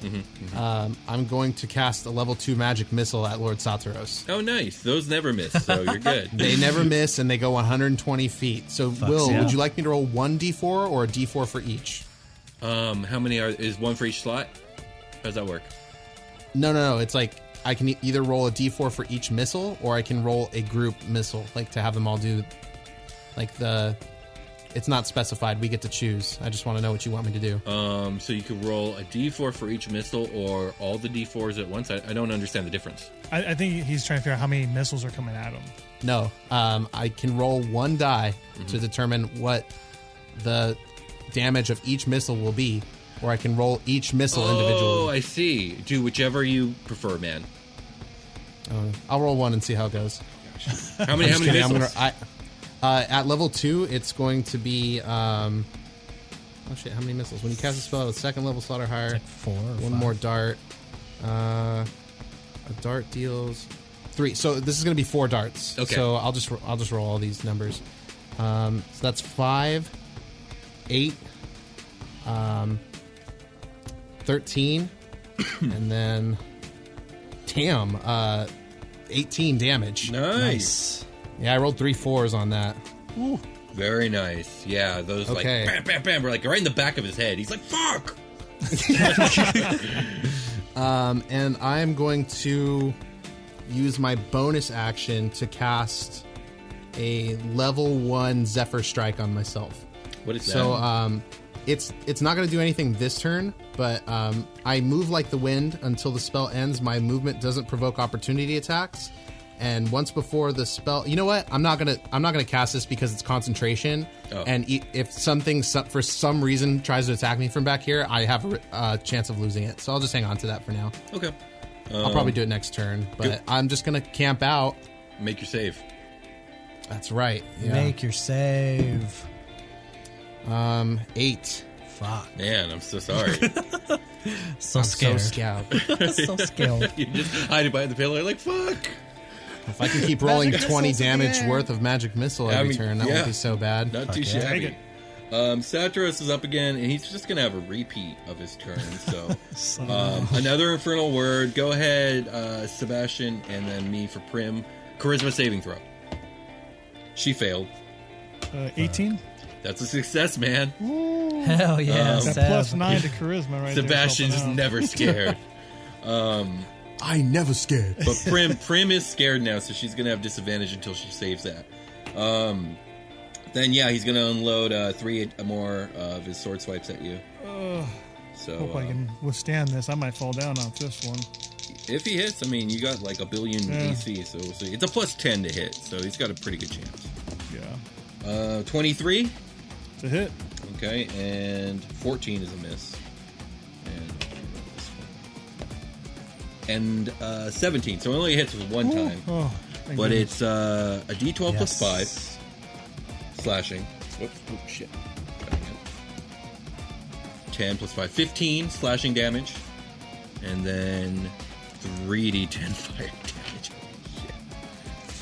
Um, I'm going to cast a level two magic missile at Lord Satoros.
Oh, nice. Those never miss, so you're good.
They never miss, and they go 120 feet. So, Will,
yeah.
would you like me to roll one d4 or a d4 for each?
um, how many are is one for each slot? How does that work?
No, no, no. It's like I can e- either roll a d4 for each missile, or I can roll a group missile, like to have them all do, like the. It's not specified. We get to choose. I just want to know what you want me to do.
Um, so you could roll a d4 for each missile or all the d4s at once. I, I don't understand the difference.
I, I think he's trying to figure out how many missiles are coming at him. Uh,
No, um, I can roll one die to determine what the damage of each missile will be, or I can roll each missile
Oh,
individually.
I see. Do whichever you prefer, man.
I'll roll one and see how it goes.
How many? how
Just
many
kidding, I'm
missiles?
gonna- I- uh, at level two, it's going to be. Um, oh shit! How many missiles? When you cast a spell at a second level slot or higher,
Like four. Or
one
five.
more dart. Uh, a dart deals three. So this is going to be four darts.
Okay.
So I'll just I'll just roll all these numbers. Um, so that's five, eight, um, thirteen, and then damn, uh, eighteen damage.
nice.
Yeah, I rolled three fours on that.
Very nice. Yeah, those
Okay.
like bam, bam, bam. We're like right in the back of his head. He's like, "Fuck."
Um, and I am going to use my bonus action to cast a level one Zephyr Strike on myself.
What is
So
that?
um, it's it's not going to do anything this turn, but um, I move like the wind until the spell ends. My movement doesn't provoke opportunity attacks, and once before the spell, you know what? I'm not gonna I'm not gonna cast this because it's concentration.
Oh.
And e- if something so- for some reason tries to attack me from back here, I have a r- uh, chance of losing it. So I'll just hang on to that for now.
okay.
I'll probably do it next turn, but I'm just gonna camp out
Make your save.
That's right. Yeah.
Make your save.
um eight.
Fuck.
Man, I'm so sorry.
So
I'm
scared.
so scared.
so scared.
you just hide it behind the pillar, like fuck.
if I can keep rolling
Magic
twenty
missiles in the
damage
air.
worth of magic missile
I
every
mean,
turn, that
yeah.
won't be so bad.
Not too
yeah.
shabby.
Take
Um, Satiros is up again, and he's just gonna have a repeat of his turn. So,
Son
um, another infernal word. Go ahead, uh, Sebastian, and then me for Prim. Charisma saving throw. She failed.
Uh, 18?
That's a success, man.
Hell yeah.
Um,
That
Sev.
plus 9 to charisma right
Sebastian's
there. helping out.
never scared.
I never scared.
But Prim Prim is scared now, so she's gonna have disadvantage until she saves that. Um, then yeah, he's gonna unload uh, three more of his sword swipes at you. so
Hope I
uh,
can withstand this. I might fall down off this one.
if he hits, I mean, you got like a billion
Yeah.
AC, so we'll see. It's a plus ten to hit, so he's got a pretty good chance.
Yeah.
Uh, Twenty three,
It's a hit.
okay, and fourteen is a miss, and this one. and uh, seventeen. So it only hits with one time.
Oh, thank
But
goodness.
it's uh, a D12 plus
Yes.
five slashing. Whoops! Oh shit! Got it again. Ten plus five, 15 slashing damage, and then three D10 fire damage.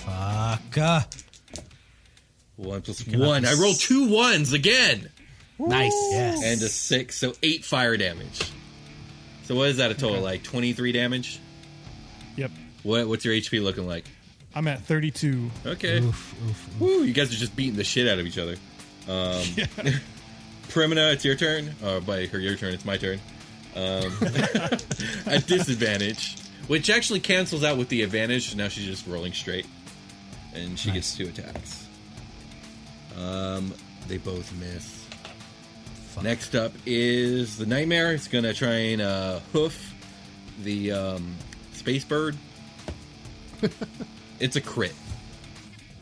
Holy shit.
Fuck. Uh,
One plus
cannot
one.
be
I
s-
rolled two ones again,
nice.
yes.
and a six, so eight fire damage. So what is that a total? Like twenty-three damage.
Yep.
What, what's your HP looking like?
I'm at 32.
Okay.
Oof, oof, oof.
Woo, you guys are just beating the shit out of each other. Um, Primina, it's your turn. Uh, by her, your turn. It's my turn. Um, at disadvantage, which actually cancels out with the advantage. Now she's just rolling straight, and she gets two attacks. Um, they both miss. Next up is the nightmare. It's gonna try and uh, hoof the um, space bird. it's a crit.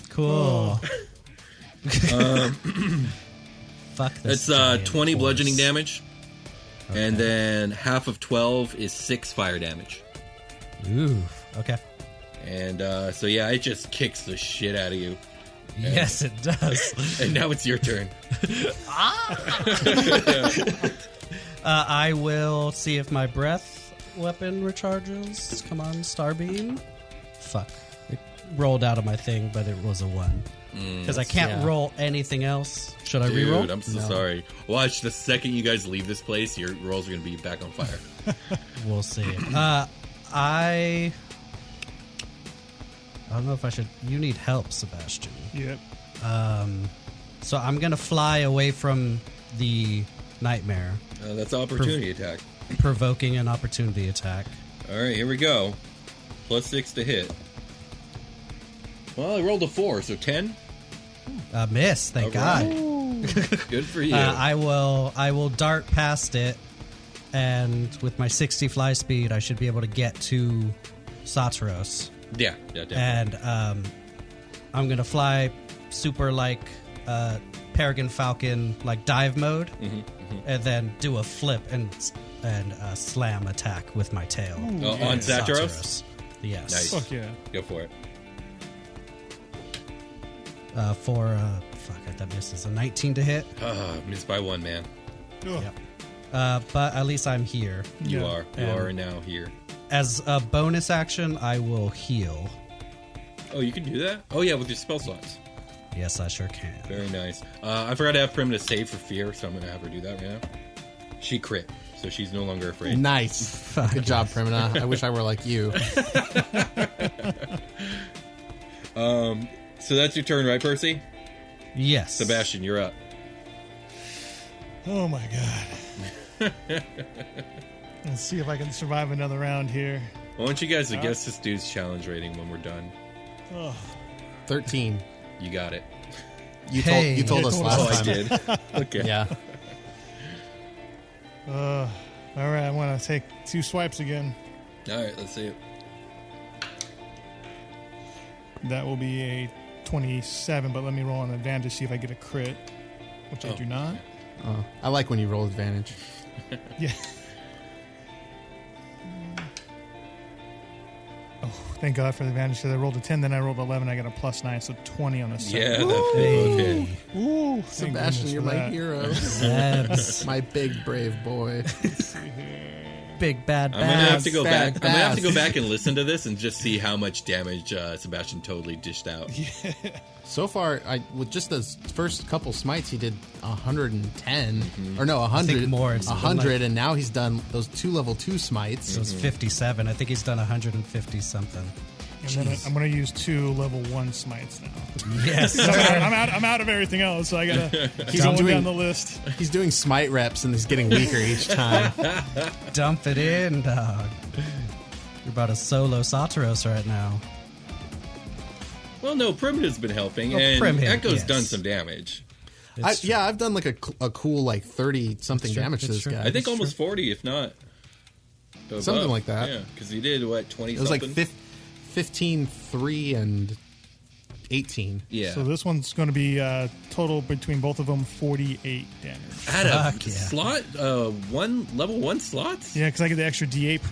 Cool. Fuck this.
Um, That's uh,
giant
20
horse.
bludgeoning damage. And then half of 12 is 6 fire damage.
Oof. Okay.
And uh, so, yeah, it just kicks the shit out of you.
Yes, it does.
And now it's your turn.
uh, I will see if my breath weapon recharges. Come on, Starbeam. Fuck. It rolled out of my thing, but it was a one. Because I can't
yeah.
roll anything else. Should I
Mm, Dude,
reroll?
I'm so sorry. Watch, the second you guys leave this place, your rolls are going to be back on fire.
We'll see. Uh, I. I don't know if I should. You need help, Sebastian.
Yep.
So I'm gonna fly away from the nightmare,
Uh, that's opportunity attack.
provoking an opportunity attack.
All right, here we go. Plus 6 to hit. Well, I rolled a 4, so 10.
Uh, miss, thank
All
God.
right. Good for you.
Uh, I will. I will dart past it, and with my 60 fly speed, I should be able to get to Satros.
yeah, yeah, definitely.
and um, I'm gonna fly super like uh, Peregrine Falcon like dive mode,
Mm-hmm,
and then do a flip and and uh, slam attack with my tail
Oh, on
It's
Zatros?
Yes,
Nice.
Fuck yeah.
Go for it.
uh, for uh, fuck it, that misses a 19 to hit.
Uh, missed by one, man.
Ugh.
Yep. Uh, but at least I'm here.
You
Yeah.
are. You
And-
are now here.
As a bonus action, I will heal.
Oh, you can do that? Oh, yeah, with your spell slots.
Yes, I sure can.
Very nice. Uh, I forgot to have Prim to save for fear, so I'm going to have her do that right now. She crit, so she's no longer afraid.
Nice. Good job, Primina. I wish I were like you.
So that's your turn, right, Percy?
Yes,
Sebastian, you're up.
Oh my god. Let's see if I can survive another round here.
I want you guys to guess this dude's challenge rating when we're done.
Oh,
Thirteen.
You got it.
You
Hey.
told you told
You
us
told
last
Oh, I
time.
did. Okay.
Yeah.
uh, all right, I'm gonna take two swipes again.
All right, let's see it.
That will be a 27, but let me roll an advantage to see if I get a crit, which I
Oh.
do not.
Oh, I like when you roll advantage.
Yeah. Oh, Thank God for the advantage because I rolled a 10, then I rolled 11. I got a plus 9, so 20 on the
Yeah,
second.
they both hit.
Yeah. Ooh, thank
Sebastian,
goodness
you're
for
my
that.
hero.
Zebs.
my big brave boy.
Big bad
I'm gonna have
bats.
to go
bad,
back. I'm gonna have to go
bad.
back and listen to this and just see how much damage uh, Sebastian totally dished out.
So far, I with just those first couple smites, he did 110 or no 100
more, it's
100,
like-
and now he's done those two level two smites.
It
Hmm.
was 57. I think he's done 150 something.
And then I- I'm going to use two level 1 smites now.
Yes.
So I'm, out, I'm, out, I'm out of everything else, so I got to keep
I'm
going
doing-
down the list.
He's doing smite reps and he's getting weaker each time.
Dump it in, dog. You're about a solo Soteros right now.
Well, no, Primitive's been helping,
Well,
and
Primitive,
Echo's
yes.
done some damage.
I,
It's
yeah, I've done like a, cl- a cool like 30 something
It's true,
damage to
it's
this
true.
guy.
I think almost forty, if not above.
Something like that.
Yeah, because he did what twenty.
it was like
something?
15, 15 3 and 18.
Yeah.
So this one's going to be uh, total between both of them 48 damage.
Out of
Fuck yeah.
slot, uh, one level one slots.
Yeah, because I get the extra D8 per,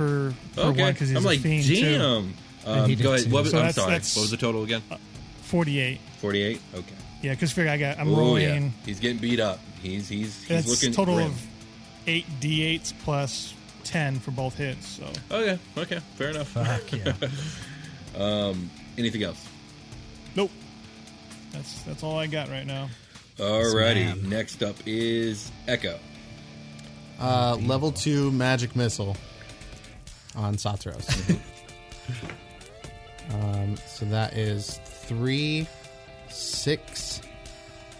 per one
Okay.
because he's
I'm
a
like,
fiend too.
damn.
And he
Um,
did
go ahead.
too.
What was,
So
I'm
that's-
sorry.
that's- uh,
What was the total again?
48.
Forty-eight. Okay.
Yeah, because figure I got I'm
Oh
rolling.
yeah. He's getting beat up. He's he's he's
That's
looking
total
grim.
of eight d8s plus ten for both hits. So
Okay. Oh, Okay. Fair enough.
Fuck yeah.
Anything else?
nope, that's that's all I got right now.
Alrighty.
ma'am.
Next up is Echo.
Uh, level 2 magic missile on Satros. um, so that is 3, 6,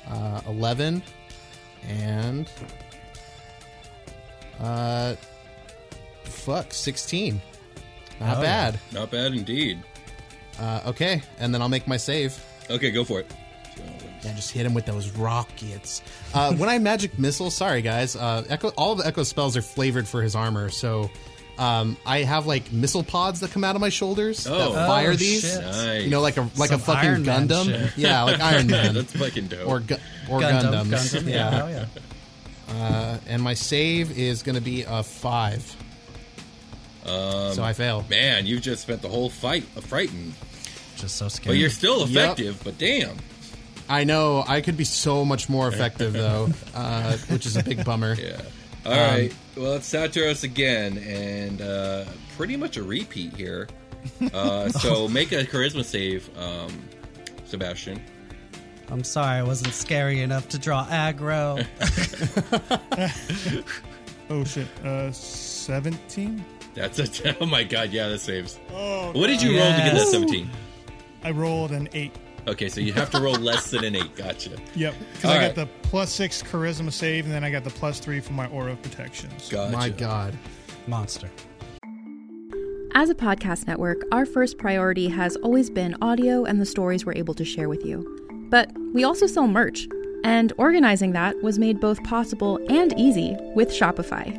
uh, 11, and. Uh, fuck, 16. Not
Oh, yeah.
bad.
Not bad indeed.
Uh, okay, and then I'll make my save.
Okay, go for it.
Yeah, just hit him with those rockets. Uh, when I magic missile, sorry guys, uh, Echo. All of the Echo spells are flavored for his armor, so um, I have like missile pods that come out of my shoulders
Oh.
that fire
Oh,
these.
shit.
Nice.
You know, like a like
Some
a fucking
Iron Man
Gundam.
shit.
Yeah, like Iron
Yeah,
Man
that's fucking dope.
or gu- or
Gundam.
Gundams.
Gundam. Yeah. hell yeah.
Uh, and my save is going to be a five. so I fail.
Um, Man, you've just spent the whole fight frightened,
Just so scary.
but you're still effective. But damn,
I know I could be so much more effective though, uh, which is a big bummer.
yeah. All
Um,
right. Well, it's Satiros again, and uh, pretty much a repeat here. Uh, so make a charisma save, um, Sebastian.
I'm sorry I wasn't scary enough to draw aggro.
Oh shit, uh, seventeen.
That's a oh my god, yeah, that saves. what did you roll to get
Yes.
that seventeen?
I rolled an eight.
Okay, so you have to roll less than an eight. Gotcha.
Yep, because
All
I
right.
got the plus six charisma save, and then I got the plus three for my aura of protection. So
Gotcha.
My God.
Monster.
As a podcast network, our first priority has always been audio and the stories we're able to share with you. But we also sell merch, and organizing that was made both possible and easy with Shopify.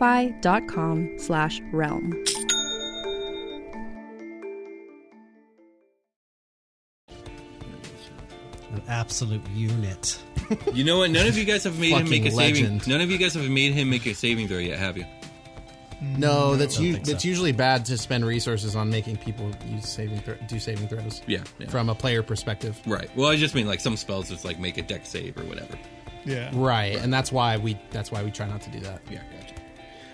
Shopify.com slash realm.
An absolute unit.
You know what? None of you guys have made him
Fucking
make a
legend.
saving. None of you guys have made him make a saving throw yet, have you?
No, that's
don't
u-
think so.
that's usually bad to spend resources on making people use saving thro- do saving throws.
Yeah, yeah.
from a player perspective,
Right. Well, I just mean like some spells just like make a deck save or whatever.
Yeah.
right? And that's why we that's why we try not to do that.
Yeah, gotcha.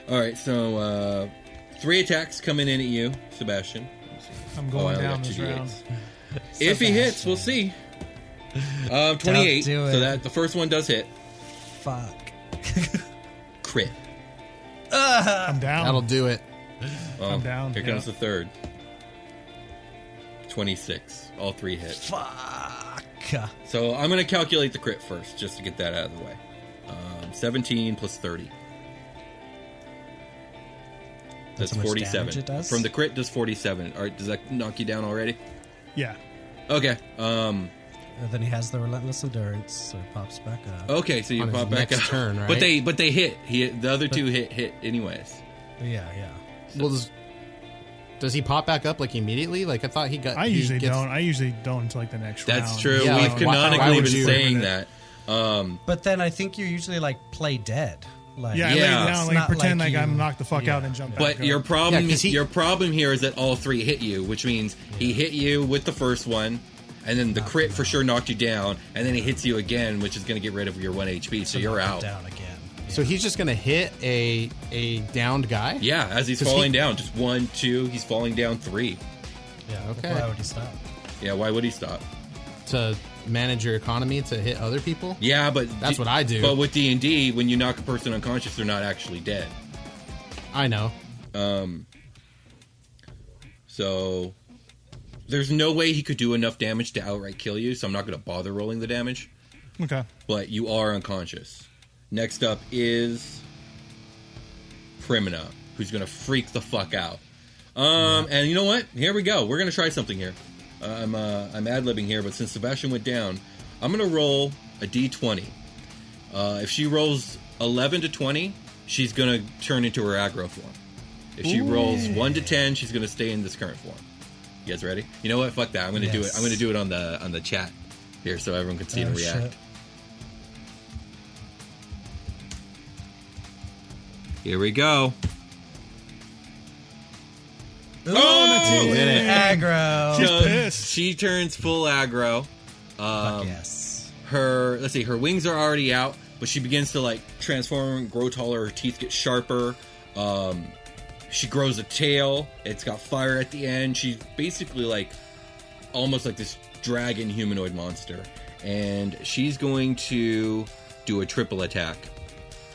All right, so uh, three attacks coming in at you, Sebastian.
I'm
Oh, I
going
only
down
got
this
two
round.
D8s. If he hits, we'll see. Um, twenty-eight.
Don't do
So
it.
that the first one does hit.
Fuck.
Crit.
I'm down.
That'll do it.
Oh,
I'm down,
Here comes
yeah.
the third. Twenty-six. All three hit.
Fuck.
So I'm going to calculate the crit first, just to get that out of the way. Um, 17 plus 30. That's,
That's how much
47.
damage it does?
From the crit, does 47. All right, does that knock you down already?
yeah.
Okay. Um,
And then he has the relentless endurance, so it pops back up.
okay, so you
On his
pop back
next
up.
turn, right?
But they but they hit. He the other two hit hit anyways.
Yeah, yeah.
Well, does, does he pop back up like immediately? Like I thought he got.
I
he
usually
gets-
don't. I usually don't until like the next round.
That's true.
Yeah,
We've
like, why- why
canonically
would
been
you-
saying that. Um,
But then I think you're usually like play dead. Like
Yeah,
Yeah.
I lay
It's
down, like
not
pretend
like
like,
you-
I'm knocked the fuck out and jump back.
But
up.
your problem,
Yeah, 'cause he-
your problem here is that all three hit you, which means he hit you with the first one, and then the crit for sure knocked you down, and then he hits you again, which is going to get rid of your one HP, so you're
knock him
out.
down again.
So he's just gonna hit a a downed guy.
Yeah, as he's
'Cause he-
falling down, just one, two, he's falling down three.
Yeah.
Okay.
Why would he stop?
Yeah, why would he stop?
To manage your economy to hit other people.
Yeah, but
That's what I do.
But with D and D, when you knock a person unconscious, they're not actually dead.
I know.
So there's no way he could do enough damage to outright kill you. So I'm not going to bother rolling the damage.
okay.
but you are unconscious. Next up is Primina, who's gonna freak the fuck out. Um, and you know what? Here we go. We're gonna try something here. Uh, I'm uh, I'm ad libbing here, but since Sebastian went down, I'm gonna roll a d20. Uh, if she rolls 11 to 20, she's gonna turn into her aggro form. If she rolls 1 to 10, she's gonna stay in this current form. You guys ready? You know what? Fuck that. I'm gonna do it.
Yes.
I'm gonna do it on the on the chat here, so everyone can see
Oh,
and react.
shit.
Here we go.
Ooh,
Oh!
aggro.
She's
So
pissed.
She turns full aggro.
Fuck
Um,
yes.
Her let's see, her wings are already out, but she begins to like transform, and grow taller. Her teeth get sharper. Um, she grows a tail. It's got fire at the end. She's basically like almost like this dragon humanoid monster, and she's going to do a triple attack.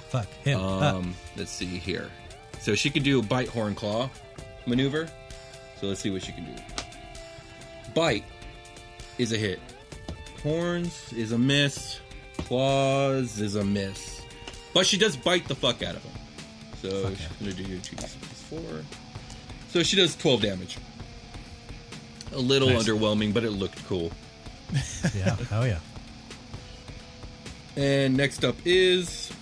Fuck him. up.
Um, let's see here. So she could do a bite horn claw maneuver. So let's see what she can do. Bite is a hit. Horns is a miss. Claws is a miss. But she does bite the fuck out of him. So
Fuck
she's
yeah.
gonna do two plus four. So she does twelve damage. A little
Nice.
underwhelming, but it looked cool.
yeah. Oh yeah.
And next up is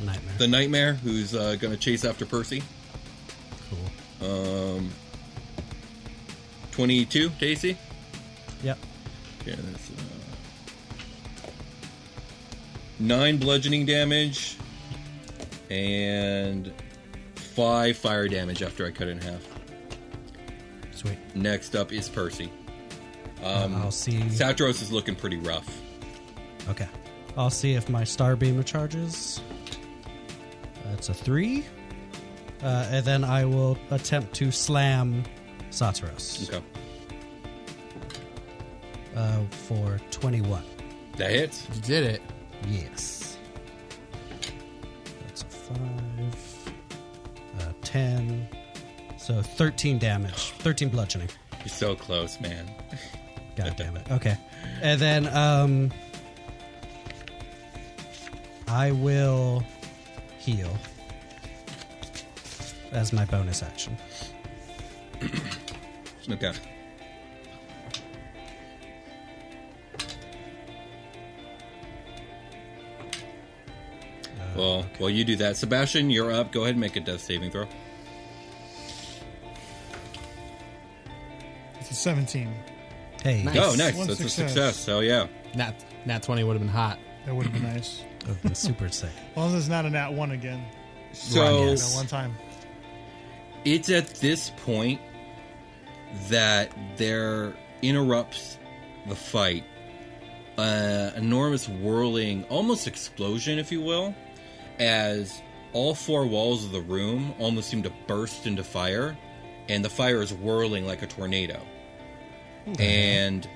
Nightmare.
the nightmare, who's uh, gonna chase after Percy.
cool.
Twenty-two, Daisy.
Yep.
Yeah, that's uh, nine bludgeoning damage and five fire damage after I cut it in half.
Sweet.
Next up is Percy.
Um, I'll see.
Satros is looking pretty rough.
Okay. I'll see if my star beamer charges. That's a three. Uh, and then I will attempt to slam Satros
Okay,
uh, for 21.
that hits.
You did it.
Yes. That's a five, a 10. So 13 damage, 13 bludgeoning.
You're so close, man.
God damn it. Okay. And then um I will heal as my bonus action.
Okay. Well, while you do that, Sebastian, you're up. Go ahead and make a death saving throw.
It's a 17.
Hey.
Nice.
Oh, nice.
One
That's a
success.
success. Oh, yeah.
Nat, nat 20 would have been hot.
That would have been nice.
Would've been super sick.
As long as it's not a nat one again.
So
Right,
That one time.
it's at this point that there interrupts the fight uh, enormous whirling almost explosion if you will as all four walls of the room almost seem to burst into fire and the fire is whirling like a tornado and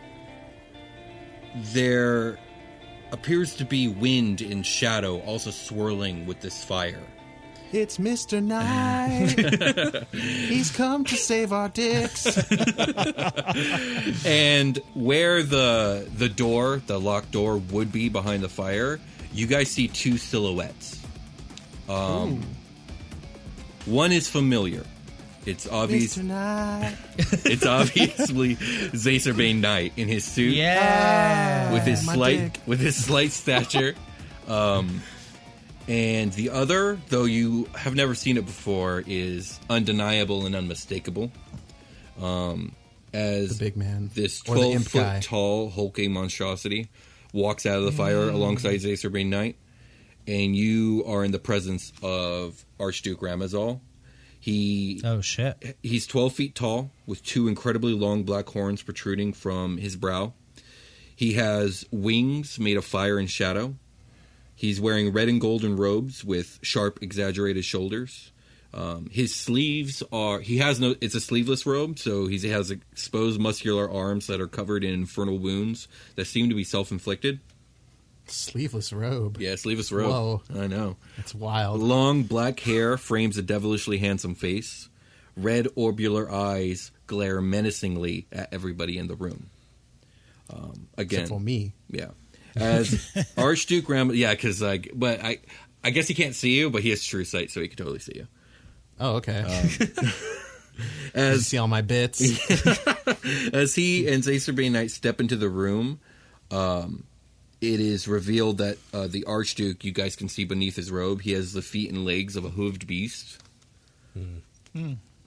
there appears to be wind and shadow also swirling with this fire
It's Mr. Knight. He's come to save our dicks.
and where the the door, the locked door, would be behind the fire, you guys see two silhouettes. Um, one is familiar. It's obvious.
Mr. Knight.
it's obviously Zacer Bane Knight in his suit
Yeah.
with his
my
slight
dick.
with his slight stature. um, and the other, though you have never seen it before, is undeniable and unmistakable. Um, as
The big man.
this
Or the
twelve
imp
foot
guy.
tall hulking monstrosity walks out of the
Mm.
fire alongside Zacer Bane Knight, and you are in the presence of Archduke Ramazal. He
Oh shit.
He's 12 feet tall with two incredibly long black horns protruding from his brow. He has wings made of fire and shadow. He's wearing red and golden robes with sharp, exaggerated shoulders. Um, his sleeves are, he has no, it's a sleeveless robe, so he's, he has exposed muscular arms that are covered in infernal wounds that seem to be self inflicted.
Sleeveless robe.
Yeah, sleeveless robe.
Whoa.
I know.
It's wild.
Long black hair frames a devilishly handsome face. Red orbular eyes glare menacingly at everybody in the room. Um, again,
Except for me.
yeah. As Archduke Ram, yeah, because like, but I, I guess he can't see you, but he has true sight, so he can totally see you.
Oh, okay. you
Um, As
see all my bits.
as he and Zacer Bane Knight step into the room, um, it is revealed that uh, the Archduke, you guys can see beneath his robe, he has the feet and legs of a hooved beast.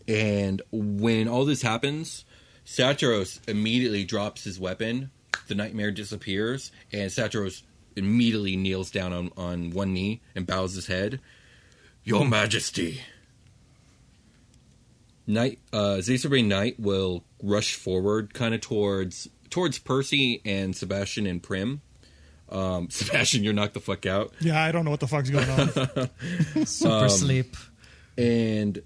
And when all this happens, Saturos immediately drops his weapon. The nightmare disappears, and Saturos immediately kneels down on, on one knee and bows his head. Your Majesty. Knight uh Zacerbe Knight will rush forward kind of towards towards Percy and Sebastian and Prim. Um Sebastian, you're knocked the fuck out.
Yeah, I don't know what the fuck's going on.
Super
Um,
sleep.
And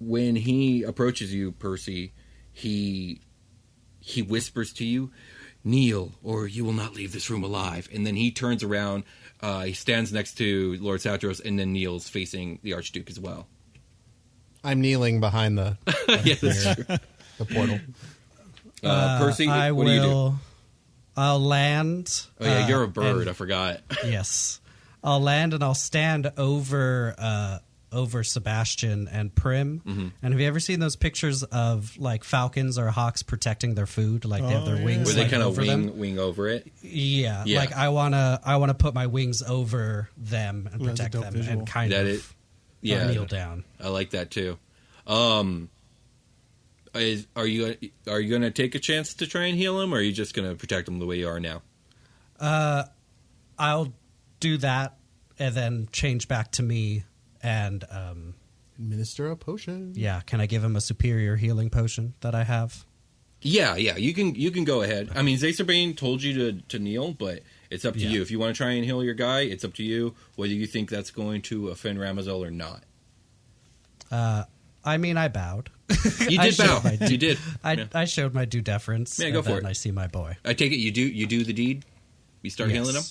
when he approaches you, Percy, he he whispers to you, "Kneel, or you will not leave this room alive." And then he turns around, uh, he stands next to Lord Satros, and then kneels facing the Archduke as well.
I'm kneeling behind the,
yeah, that's true.
the portal.
Uh, Percy,
I
what
will.
do you do?
I'll land.
Oh yeah,
uh,
you're a bird. I
and-
forgot.
yes, I'll land and I'll stand over uh, over Sebastian and Prim.
Mm-hmm.
And have you ever seen those pictures of like falcons or hawks protecting their food? Like they have their
Oh, yeah.
wings.
Where they
like,
kind of
over
wing
them?
wing over it.
Yeah,
Yeah.
like I wanna, I wanna put my wings over them and
Ooh, that's a
protect
dope
them
visual.
and kind
That
of uh,
it- Yeah,
kneel down.
I like that too. Um, is, are you are you going to take a chance to try and heal him, or are you just going to protect him the way you are now?
Uh, I'll do that and then change back to me. And um,
Administer a potion.
yeah, can I give him a superior healing potion that I have?
Yeah, yeah, you can you can go ahead. I mean, Zacerbane told you to to kneel, but it's up to
Yeah.
you. If you want to try and heal your guy, it's up to you whether you think that's going to offend Ramazal or not.
I mean, I bowed.
You
I
did
showed
bow.
my du-
You did.
I,
Yeah.
I showed my due deference.
Yeah, go
and
for
then
it.
I see my boy.
I take it you do you do the deed. You start
Yes.
healing him.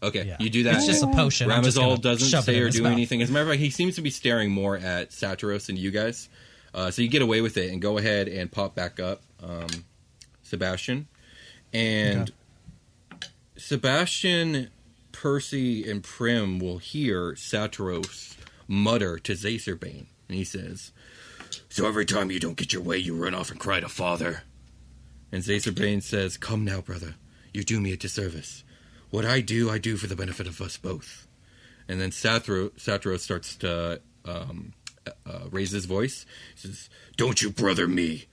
Okay,
Yeah.
you do that.
It's just a potion. I'm just gonna
Ramazal doesn't
shove it
say
in
or
his
do
mouth.
anything. As a matter of fact, he seems to be staring more at Saturos and you guys. Uh, so you get away with it and go ahead and pop back up, um, Sebastian. And Sebastian, Percy, and Prim will hear Saturos mutter to Zacerbane. And he says, So every time you don't get your way, you run off and cry to Father. And Zacerbane says, Come now, brother. You do me a disservice. What I do, I do for the benefit of us both. And then Sathro, Sathro starts to um, uh, raise his voice. He says, Don't you brother me.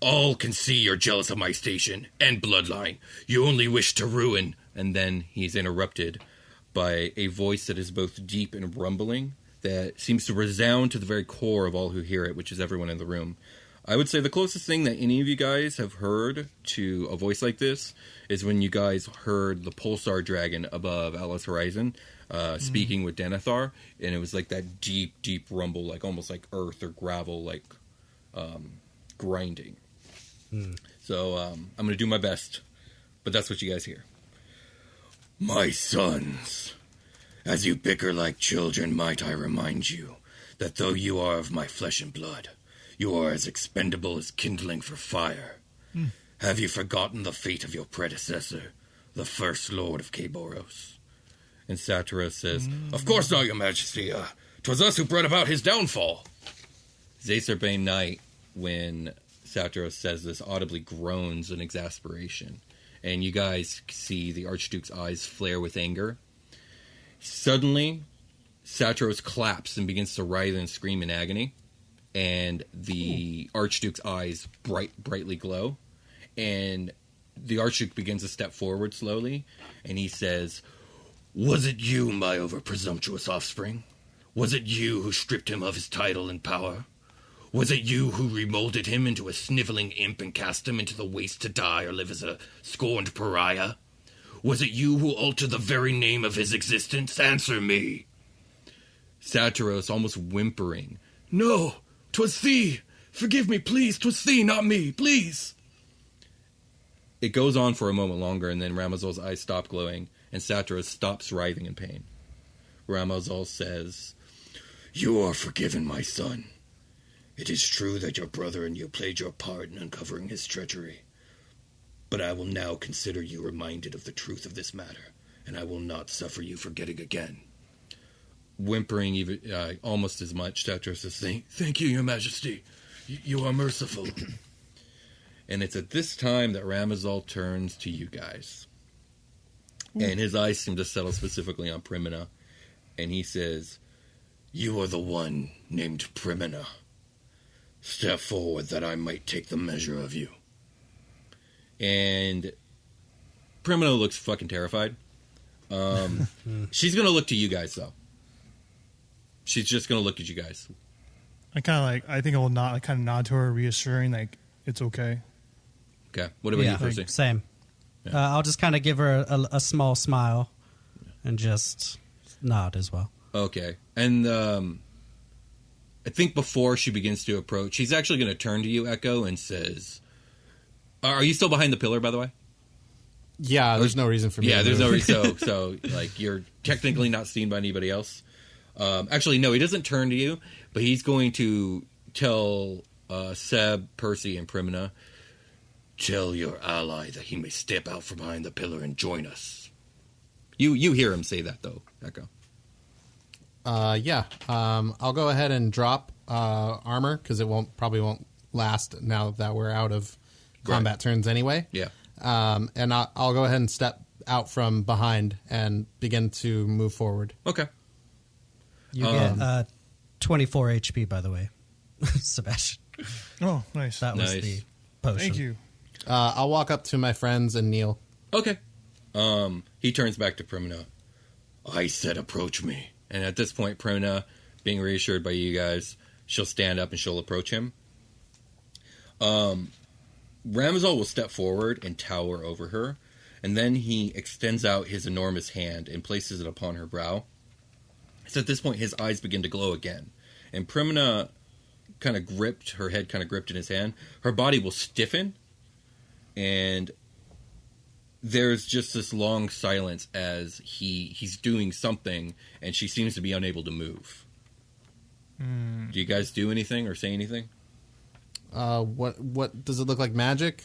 All can see you're jealous of my station and bloodline. You only wish to ruin. And then he's interrupted by a voice that is both deep and rumbling that seems to resound to the very core of all who hear it, which is everyone in the room. I would say the closest thing that any of you guys have heard to a voice like this is when you guys heard the Pulsar Dragon above Atlas Horizon uh, speaking with Denethor, and it was like that deep, deep rumble, like almost like earth or gravel, like um, grinding. So um, I'm going to do my best, but that's what you guys hear. My sons, as you bicker like children, might I remind you that though you are of my flesh and blood, you are as expendable as kindling for fire. Have you forgotten the fate of your predecessor, the first lord of Kaboros? And Satyrus says, Of course not, your majesty. Uh, 'twas us who brought about his downfall. Zacer Bane Knight, when Satyrus says this, audibly groans in exasperation. And you guys see the Archduke's eyes flare with anger. Suddenly, Satyrus claps and begins to writhe and scream in agony. And the Archduke's eyes bright, brightly glow. And the Archduke begins to step forward slowly. And he says, was it you, my over presumptuous offspring? Was it you who stripped him of his title and power? Was it you who remolded him into a sniveling imp and cast him into the waste to die or live as a scorned pariah? Was it you who altered the very name of his existence? Answer me! Satyrus, almost whimpering. No, 'twas thee! Forgive me, please! 'Twas thee, not me! Please! It goes on for a moment longer, and then Ramazol's eyes stop glowing, and Satyrus stops writhing in pain. Ramazol says, You are forgiven, my son. It is true that your brother and you played your part in uncovering his treachery. But I will now consider you reminded of the truth of this matter, and I will not suffer you forgetting again. Whimpering even uh, almost as much, Satyrus is saying, Thank you, your majesty. Y- you are merciful. and it's at this time that Ramazol turns to you guys. And his eyes seem to settle specifically on Primina. And he says, You are the one named Primina. Step forward that I might take the measure of you. And Primina looks fucking terrified. Um, she's going to look to you guys, though. She's just going to look at you guys.
I kind of like. I think I will not. I kind of nod to her, reassuring like it's okay.
Okay. What about
yeah,
you, Percy?
same. Uh, I'll just kind of give her a, a small smile and just nod as well.
Okay. And um, I think before she begins to approach, she's actually going to turn to you, Echo, and says, "Are you still behind the pillar, by the way?"
Yeah, there's no reason for me.
Yeah,
to
there's
move.
no reason. So, so like you're technically not seen by anybody else. Um, actually, no, he doesn't turn to you, but he's going to tell uh, Seb, Percy, and Primina. Tell your ally that he may step out from behind the pillar and join us. You you hear him say that though, Echo.
Uh, yeah, um, I'll go ahead and drop uh, armor because it won't probably won't last now that we're out of combat turns anyway.
Yeah.
Um, and I'll, I'll go ahead and step out from behind and begin to move forward.
Okay.
You
Um,
get uh, 24 HP, by the way, Sebastian.
Oh, nice.
That was
Nice.
the potion.
Thank you.
Uh, I'll walk up to my friends and kneel.
Okay. Um, he turns back to Primina. I said, approach me. And at this point, Primina, being reassured by you guys, she'll stand up and she'll approach him. Um, Ramazal will step forward and tower over her, and then he extends out his enormous hand and places it upon her brow. So at this point, his eyes begin to glow again, and Primina kind of gripped her head, kind of gripped in his hand. Her body will stiffen, and there's just this long silence as he he's doing something and she seems to be unable to move. Do you guys do anything or say anything?
Uh, what what does it look like? Magic?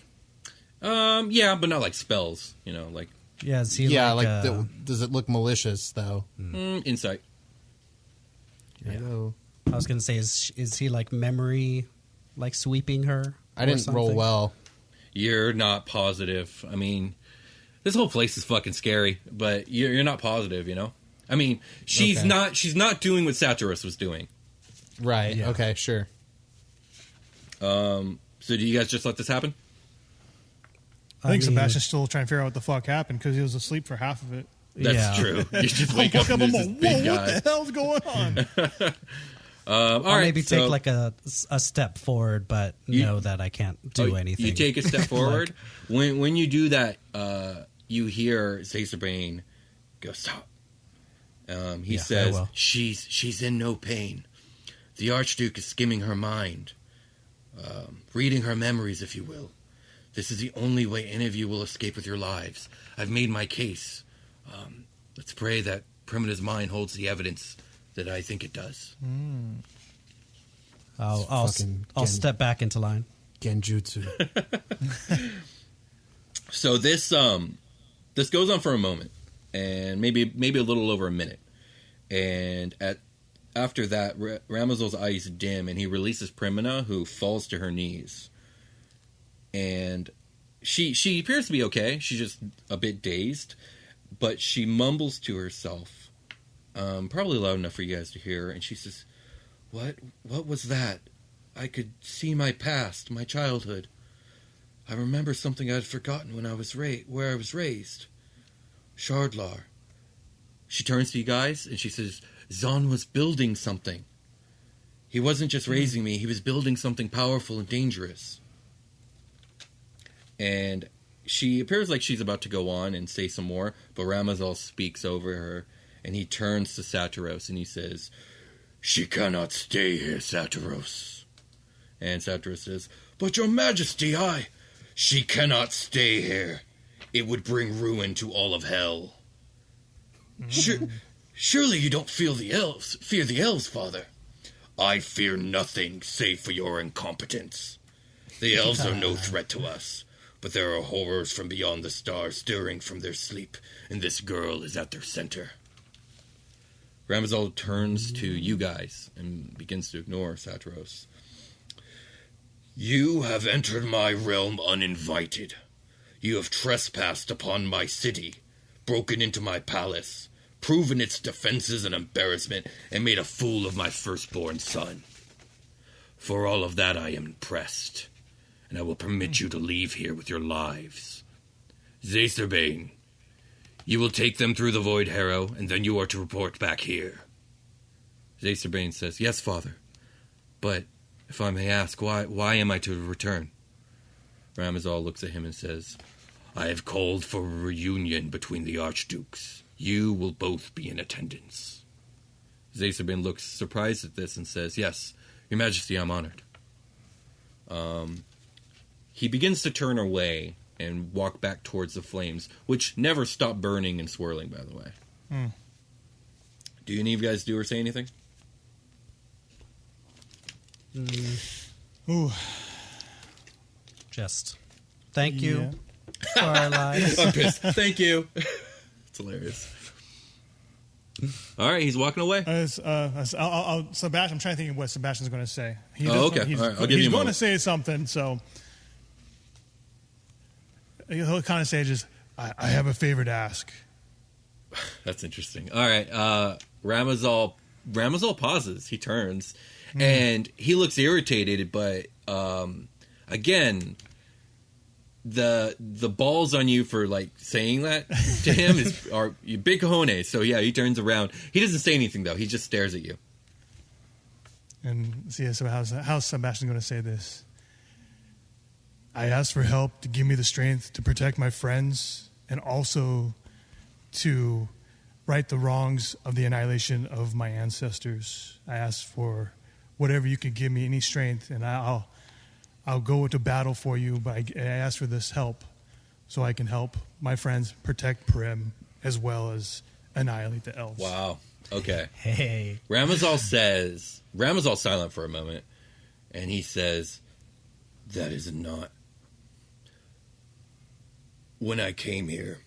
Um, yeah, but not like spells, you know, like
Yeah, is he
yeah,
like,
like,
uh,
the, does it look malicious though?
mm, insight.
Here I go.
I was gonna say, is sh- is he like memory, like sweeping her?
I
or
didn't roll
something?
well.
You're not positive. I mean, this whole place is fucking scary, but you're, you're not positive, you know. I mean, she's
Okay.
not she's not doing what Satyrus was doing.
Right. Okay. Sure.
So do you guys just let this happen?
I think Sebastian's still trying to figure out what the fuck happened because he was asleep for half of it.
That's
Yeah.
true. You just
I
wake up
woke
and
I'm
there's this
like,
big
Oh, whoa, what
guy.
the hell's going on?
Um, all
I'll
right,
maybe
so-
take like a, a step forward, but
You-
know that I can't
Oh,
do
you-
anything.
You take a step forward. when when you do that, uh, you hear Caesar Bane go stop. Um, he
Yeah, I
says,
will.
"She's she's in no pain. The Archduke is skimming her mind, um, reading her memories, if you will. This is the only way any of you will escape with your lives. I've made my case. Um, let's pray that Primitive's mind holds the evidence that I think it does."
I'll, I'll,
Fucking
I'll
Ken.
step back into line.
Genjutsu.
So this um this goes on for a moment and maybe maybe a little over a minute. And at after that Ra- Ramazel's eyes dim and he releases Primina who falls to her knees. And she she appears to be okay. She's just a bit dazed, but she mumbles to herself um probably loud enough for you guys to hear and she says, "What what was that? I could see my past, my childhood. I remember something I'd forgotten when I was ra- where I was raised. Shardlar. She turns to you guys and she says, "Zon was building something. He wasn't just raising me; he was building something powerful and dangerous." And she appears like she's about to go on and say some more, but Ramazal speaks over her, and he turns to Saturos and he says, "She cannot stay here, Saturos." And Saturos says, "But your Majesty, I." She cannot stay here. It would bring ruin to all of hell. Sure, surely you don't feel the elves, fear the elves, father. I fear nothing save for your incompetence. The elves are no threat to us, but there are horrors from beyond the stars stirring from their sleep, and this girl is at their center. Ramazal turns to you guys and begins to ignore Satros. You have entered my realm uninvited. You have trespassed upon my city, broken into my palace, proven its defenses an embarrassment, and made a fool of my firstborn son. For all of that, I am impressed, and I will permit you to leave here with your lives. Zacerbane, you will take them through the Void Harrow, and then you are to report back here. Zacerbane says, Yes, father, but if I may ask, why why am I to return? Ramazal looks at him and says, I have called for a reunion between the Archdukes. You will both be in attendance. Zacerbin looks surprised at this and says, Yes, Your Majesty, I'm honored. Um, he begins to turn away and walk back towards the flames, which never stop burning and swirling, by the way.
Hmm.
Do any of you guys do or say anything?
Ooh,
Just thank you
Yeah.
for our lives.
I'm pissed. Thank you. it's hilarious. All right, he's walking away.
as, uh, as- I'll, I'll, I'll- Sebastian, I'm trying to think of what Sebastian's going to say. He
Oh,
does-
okay.
He's,
All right, I'll give
he's
you a
going to
moment.
say something, so he'll kind of say just, I, "I have a favor to ask."
That's interesting. All right, uh, Ramazal. Ramazal pauses. He turns, and he looks irritated. But um, again, the the balls on you for like saying that to him is are you big cojones. So yeah, he turns around. He doesn't say anything though. He just stares at you.
and see so how's, how's Sebastian going to say this. I asked for help to give me the strength to protect my friends and also to right the wrongs of the annihilation of my ancestors. I asked for whatever you could give me, any strength, and I- I'll I'll go to battle for you. But I, I asked for this help so I can help my friends protect Prim as well as annihilate the elves.
Wow. Okay.
hey,
Ramazal says, Ramazal's silent for a moment, and he says, That is not. When I came here,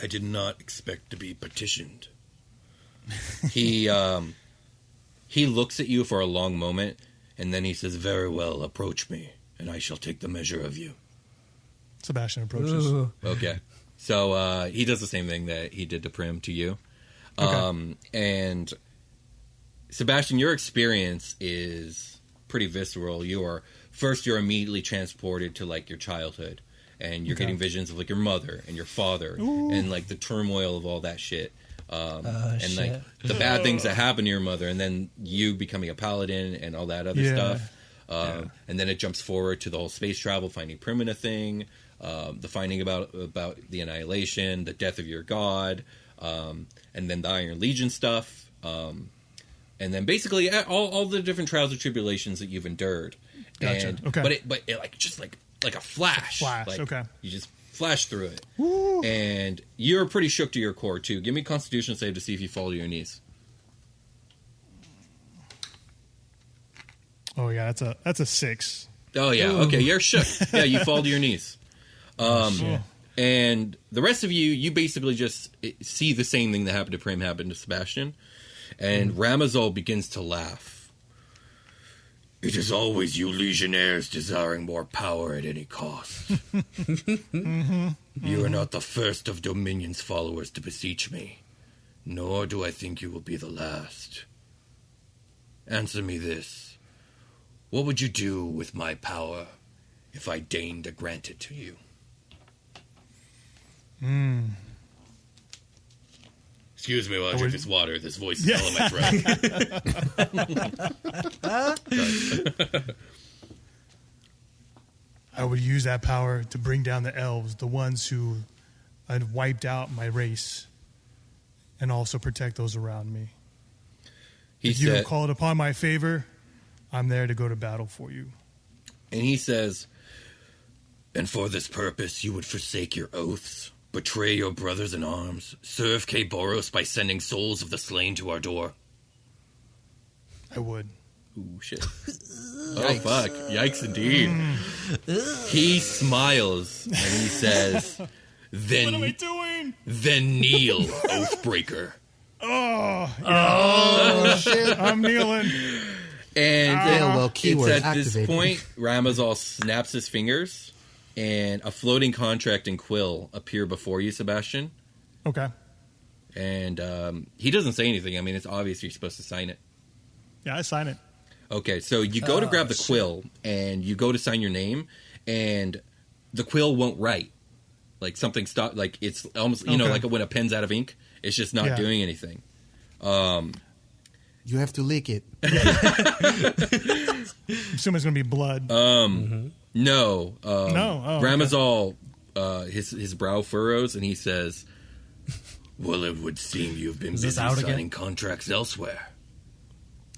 I did not expect to be petitioned. he, um, he looks at you for a long moment, and then he says, Very well, approach me, and I shall take the measure of you.
Sebastian approaches.
Okay. So uh, he does the same thing that he did to Prim to you. Um, and Sebastian, your experience is pretty visceral. You are first you're immediately transported to like your childhood and you're getting visions of like your mother and your father and like the turmoil of all that shit um, and like the bad things that happen to your mother and then you becoming a paladin and all that other
Yeah.
stuff um, and then it jumps forward to the whole space travel finding primina thing um, the finding about about the annihilation the death of your god um, and then the iron legion stuff um, and then basically uh, all, all the different trials and tribulations that you've endured.
Gotcha.
And,
Okay.
But it but it like just like like a flash.
Flash,
Like,
okay.
You just flash through it. And you're pretty shook to your core too. Give me a Constitution save to see if you fall to your knees.
Oh yeah, that's a that's a six.
Oh yeah. Okay. You're shook. yeah. You fall to your knees.
Shit.
and the rest of you, you basically just eh, see the same thing that happened to Prim happened to Sebastian, and Ramazol begins to laugh. It is always you legionnaires desiring more power at any cost. Mm-hmm. You are not the first of Dominion's followers to beseech me, nor do I think you will be the last. Answer me this. What would you do with my power if I deigned to grant it to you?
Mm.
Excuse me while I drink
would-
this water. This voice is all in my throat.
I would use that power to bring down the elves, the ones who had wiped out my race, and also protect those around me.
He
If you
said,
have called upon my favor, I'm there to go to battle for you.
and he says, And for this purpose you would forsake your oaths, betray your brothers in arms, serve K. Boros by sending souls of the slain to our door.
I would.
Ooh, shit. oh, fuck. Yikes, indeed. he smiles and he says, Then,
doing?
then kneel, Oathbreaker.
Oh, I'm kneeling.
And uh,
Ah. well, keyword
it's at this
activated.
point, Ramazal snaps his fingers, and a floating contract and quill appear before you, Sebastian.
Okay.
And um, he doesn't say anything. I mean, it's obvious you're supposed to sign it.
Yeah, I sign it.
Okay, so you
Oh,
go to grab the quill, and you go to sign your name, and the quill won't write. Like something stop. Like it's almost you know
Okay.
like when a pen's out of ink, it's just not
Yeah.
doing anything.
You have to lick it.
I'm assuming it's gonna be blood.
Oh. No. Um,
No, oh, okay.
Ramazal, uh, his his brow furrows, and he says, "Well, it would seem you've been
this
busy
out
signing
again?
contracts elsewhere."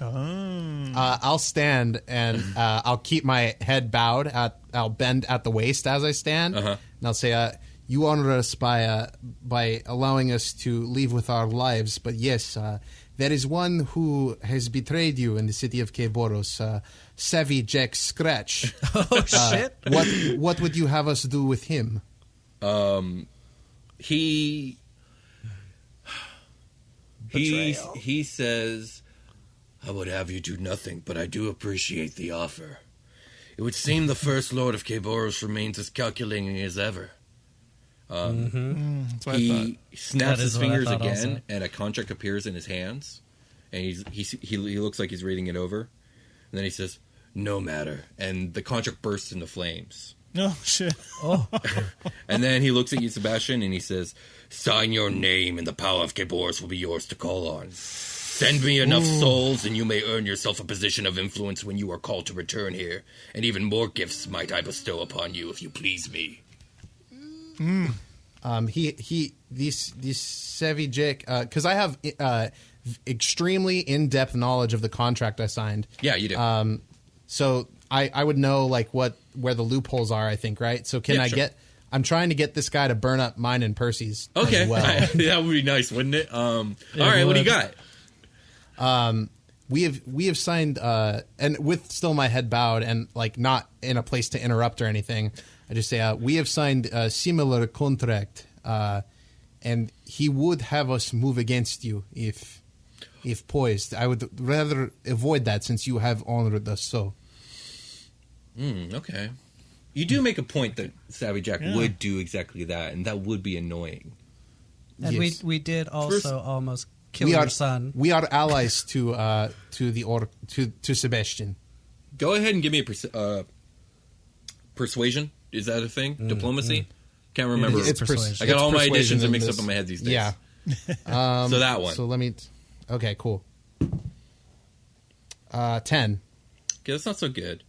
oh.
Uh, I'll stand and uh, I'll keep my head bowed. At, I'll bend at the waist as I stand, and I'll say, uh, "You honor us by uh, by allowing us to leave with our lives." But yes, uh, there is one who has betrayed you in the city of Keboros, uh, Savvy Jack Scratch. Uh,
Oh shit!
what what would you have us do with him?
He he
Betrayal.
he says, "I would have you do nothing, but I do appreciate the offer. It would seem the first lord of Kboros remains as calculating as ever." Um,
Mm, That's what I thought.
he snaps
Mm-hmm. That
his
is what I
fingers
thought
again,
also.
and a contract appears in his hands, and he's, he he he looks like he's reading it over, and then he says, "No matter," and the contract bursts into flames.
No shit.
And then he looks at you, Sebastian, and he says, "Sign your name, and the power of Keboris will be yours to call on. Send me enough souls, and you may earn yourself a position of influence when you are called to return here. And even more gifts might I bestow upon you if you please me."
Um, he he these these Savvy Jack because I have uh, extremely in depth knowledge of the contract I signed.
Yeah, you do.
Um, so I, I would know like what where the loopholes are. I think right. So can
Yeah,
I
sure.
get? I'm trying to get this guy to burn up mine and Percy's. as
okay,
well,
that would be nice, wouldn't it? Um, all right, what do you
would.
got?
we have we have signed uh, and with still my head bowed and like not in a place to interrupt or anything. I just say uh, we have signed a similar contract, uh, and he would have us move against you if if poised. I would rather avoid that since you have honored us so.
Hmm, Okay. You do make a point that Savvy Jack would do exactly that, and that would be annoying.
And
Yes.
we we did also
First-
almost kill
we
your
are
son.
we are allies to uh, to the or to to Sebastian.
Go ahead and give me a perce- uh, persuasion. Is that a thing? Diplomacy? Can't remember.
It's
pers-
persuasion.
I got
it's
all my
persuasion
editions mixed
this.
up in my head these days.
Yeah.
so that one.
So let me. T- okay, cool. Uh, ten.
Okay, that's not so good.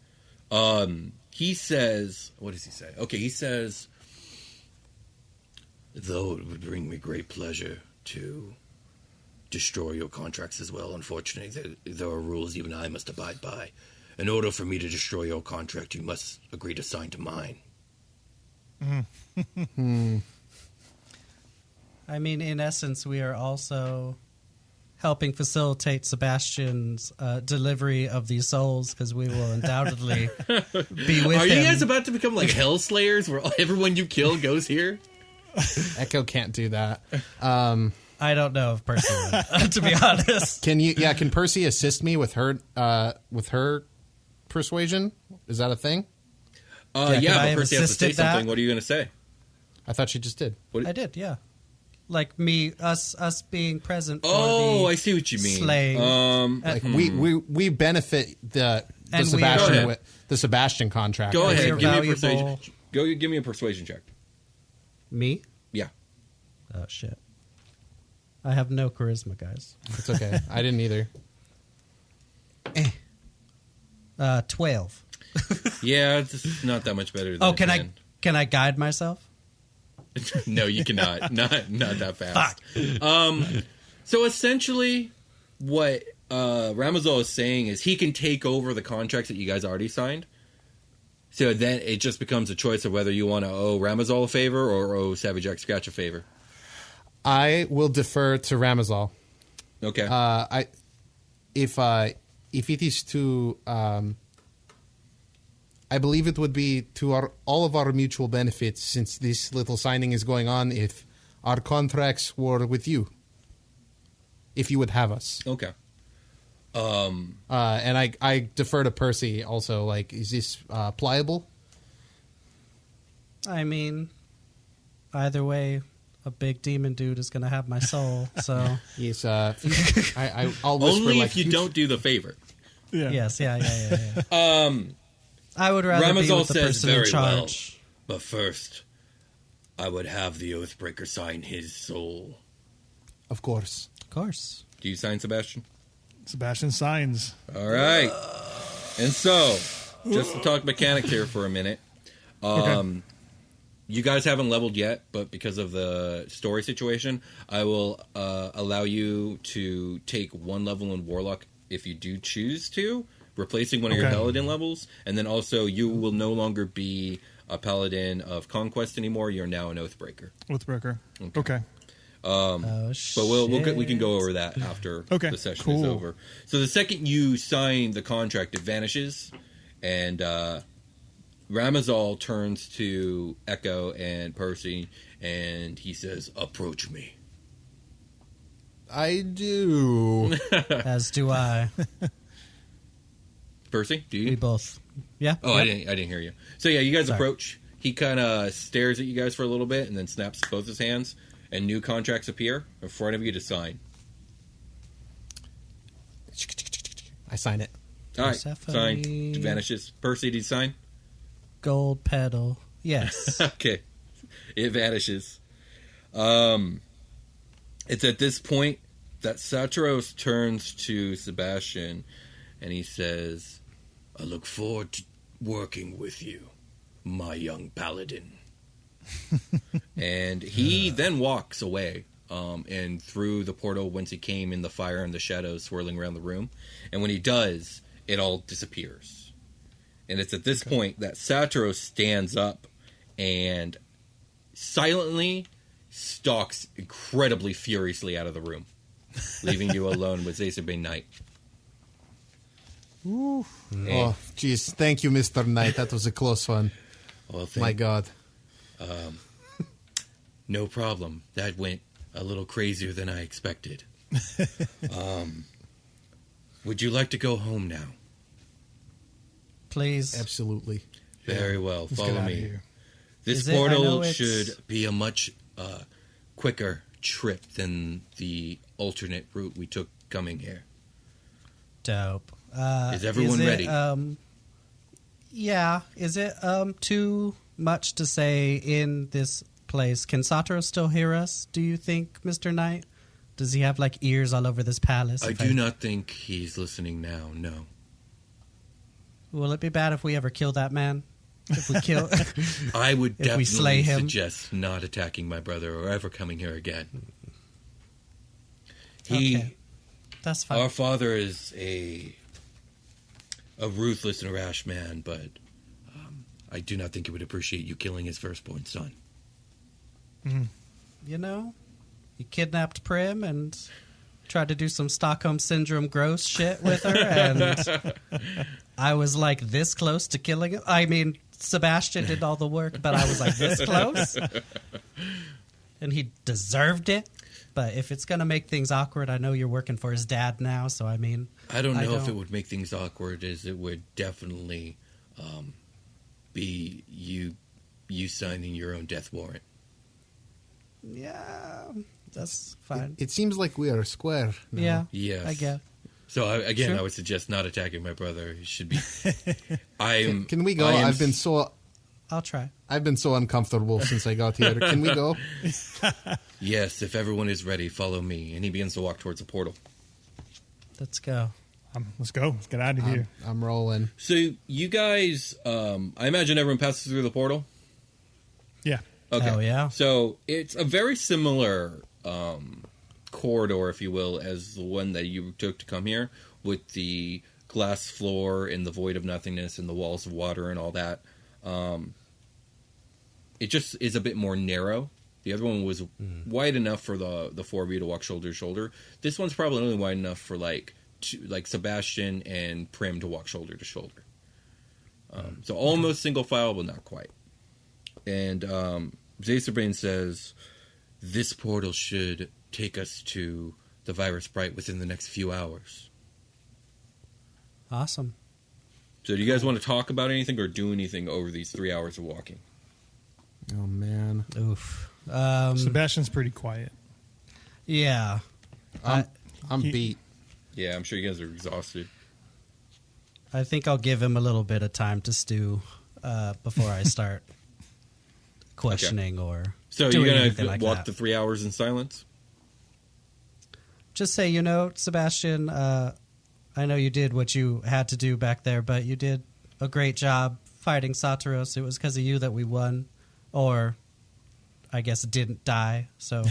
Um, he says, what does he say? Okay, he says, though it would bring me great pleasure to destroy your contracts as well, unfortunately, there, there are rules even I must abide by. In order for me to destroy your contract, you must agree to sign to mine.
I mean, in essence, we are also helping facilitate Sebastian's uh, delivery of these souls because we will undoubtedly be with
Are
him.
you guys about to become like hell slayers where everyone you kill goes here?
Echo can't do that. Uh,
I don't know if personally, to be honest.
Can you? Yeah. Can Percy assist me with her? Uh, with her persuasion? Is that a thing?
Uh, yeah,
Yeah, could I
but
have
first you have to say
assisted that?
something. What are you going to say?
I thought she just did.
What-
I did, yeah. Like me, us, us being present.
Oh,
for the Uh,
I see what you mean.
slaying.
Um,
Like we, we we benefit the the
And we-
Go
Sebastian
ahead.
with the Sebastian contract.
Go
Those
ahead.
are
Give me a
valuable.
persuasion. Go. Give me a persuasion check.
me.
Yeah.
Oh shit! I have no charisma, guys.
It's okay. I didn't either.
Eh.
Uh, Twelve.
Yeah, it's not that much better. Than
Oh,
a
can I
10.
can I guide myself?
no, you cannot. Not not that fast. Um, so essentially, what uh, Ramazol is saying is he can take over the contracts that you guys already signed. So then it just becomes a choice of whether you want to owe Ramazol a favor or owe Savage X Scratch a favor.
I will defer to Ramazal.
Okay.
Uh, I if uh, if it is to um, I believe it would be to our all of our mutual benefits since this little signing is going on if our contracts were with you if you would have us
okay.
uh, and I, I defer to Percy also like is this uh, pliable
I mean, either way, a big demon dude is gonna have my soul. So
yes uh, I, I, I'll whisper
Only
like
if you
future-
don't do the favor.
Yeah.
yes, yeah, yeah, yeah. yeah. Um, I would rather be
Ramazal
with the
says
person in
very
charge.
But first, I would have the Oathbreaker sign his soul.
of course
Of course.
Do you sign, Sebastian?
Sebastian signs.
All right. And so, just to talk mechanics here for a minute. Um, You guys haven't leveled yet, but because of the story situation, I will uh, allow you to take one level in Warlock if you do choose to, replacing one of your
Okay.
Paladin levels. And then also, you will no longer be a Paladin of Conquest anymore. You're now an Oathbreaker.
With Brooker. Okay.
Oh shit!
Um, But we'll, we'll get, we can go over that after
Okay,
the session is
cool.
over. So the second you sign the contract, it vanishes, and uh, Ramazal turns to Echo and Percy, and he says, "Approach me."
I do
As do I.
Percy, do
We
you?
both. Yeah.
Oh, I
yeah.
didn't. I didn't hear you. So yeah, you guys
Sorry.
approach. He kind of stares at you guys for a little bit, and then snaps both his hands, and new contracts appear in front of you to sign.
I sign it
All right,
Persephone.
sign vanishes. Percy, do you sign?
Gold pedal. Yes.
okay. It vanishes. Um, it's at this point that Satros turns to Sebastian and he says, I look forward to working with you, my young paladin. and he then walks away um, and through the portal whence he came in the fire and the shadows swirling around the room. And when he does, it all disappears. And it's at this point that Satros stands up and silently stalks incredibly furiously out of the room, leaving you alone with Zasabin Knight.
oh jeez thank you Mr. Knight that was a close one
Well,
my
thank-
god
no problem. That went a little crazier than I expected. um, would you like to go home now?
Please.
absolutely
Very well.
Let's
Follow
get out
me.
of here.
This
Is it- I know
portal
it's-
should be a much uh, quicker trip than the alternate route we took coming here.
Dope. Uh,
Is everyone
it,
ready?
Um, Yeah. Is it um too much to say in this place? Can Satoru still hear us? Do you think, Mister Knight? Does he have like ears all over this palace?
I
If
do not think he's listening now. No.
Will it be bad if we ever kill that man? If we kill,
I would
If
definitely
we slay him.
suggest not attacking my brother or ever coming here again. He,
Okay. that's fine.
our father, is a a ruthless and a rash man, but um, I do not think he would appreciate you killing his firstborn son.
you know, he kidnapped Prim and tried to do some Stockholm syndrome gross shit with her, and I was like this close to killing him. I mean, Sebastian did all the work, but I was like this close, and he deserved it. But if it's gonna make things awkward, I know you're working for his dad now, so I mean,
I don't know
I
if
don't-
it would make things awkward, as it would definitely um, be you you signing your own death warrant.
yeah, that's fine.
It seems like we are square. now.
Yeah,
Yes.
I guess.
So I, again,
Sure.
I would suggest not attacking my brother. He should be. I'm.
Can we go?
I am
I've been so
I'll try.
I've been so uncomfortable since I got here. Can we go?
Yes, if everyone is ready, follow me. And he begins to walk towards a portal.
Let's go.
Um, let's go. Let's get out of here.
I'm, I'm rolling.
So you guys, um, I imagine everyone passes through the portal.
Yeah.
Okay.
Oh, yeah.
So it's a very similar um, corridor, if you will, as the one that you took to come here, with the glass floor and the void of nothingness and the walls of water and all that. Um, it just is a bit more narrow. The other one was wide enough for the the four of you to walk shoulder to shoulder. This one's probably only wide enough for like two, like Sebastian and Prim to walk shoulder to shoulder. Um, so almost single file, but not quite. And um, Zacerbane says, This portal should take us to the virus sprite within the next few hours.
Awesome.
So, do you guys want to talk about anything or do anything over these three hours of walking?
Oh man,
Oof. Um,
Sebastian's pretty quiet.
yeah.
I'm,
I-
I'm
He-
beat.
Yeah, I'm sure you guys are exhausted.
I think I'll give him a little bit of time to stew uh, before I start questioning or
So,
doing
you're going to
anything like
walk
that.
the three hours in silence?
Just say, you know, Sebastian, uh, I know you did what you had to do back there, but you did a great job fighting Satoros. It was because of you that we won, or I guess didn't die. So,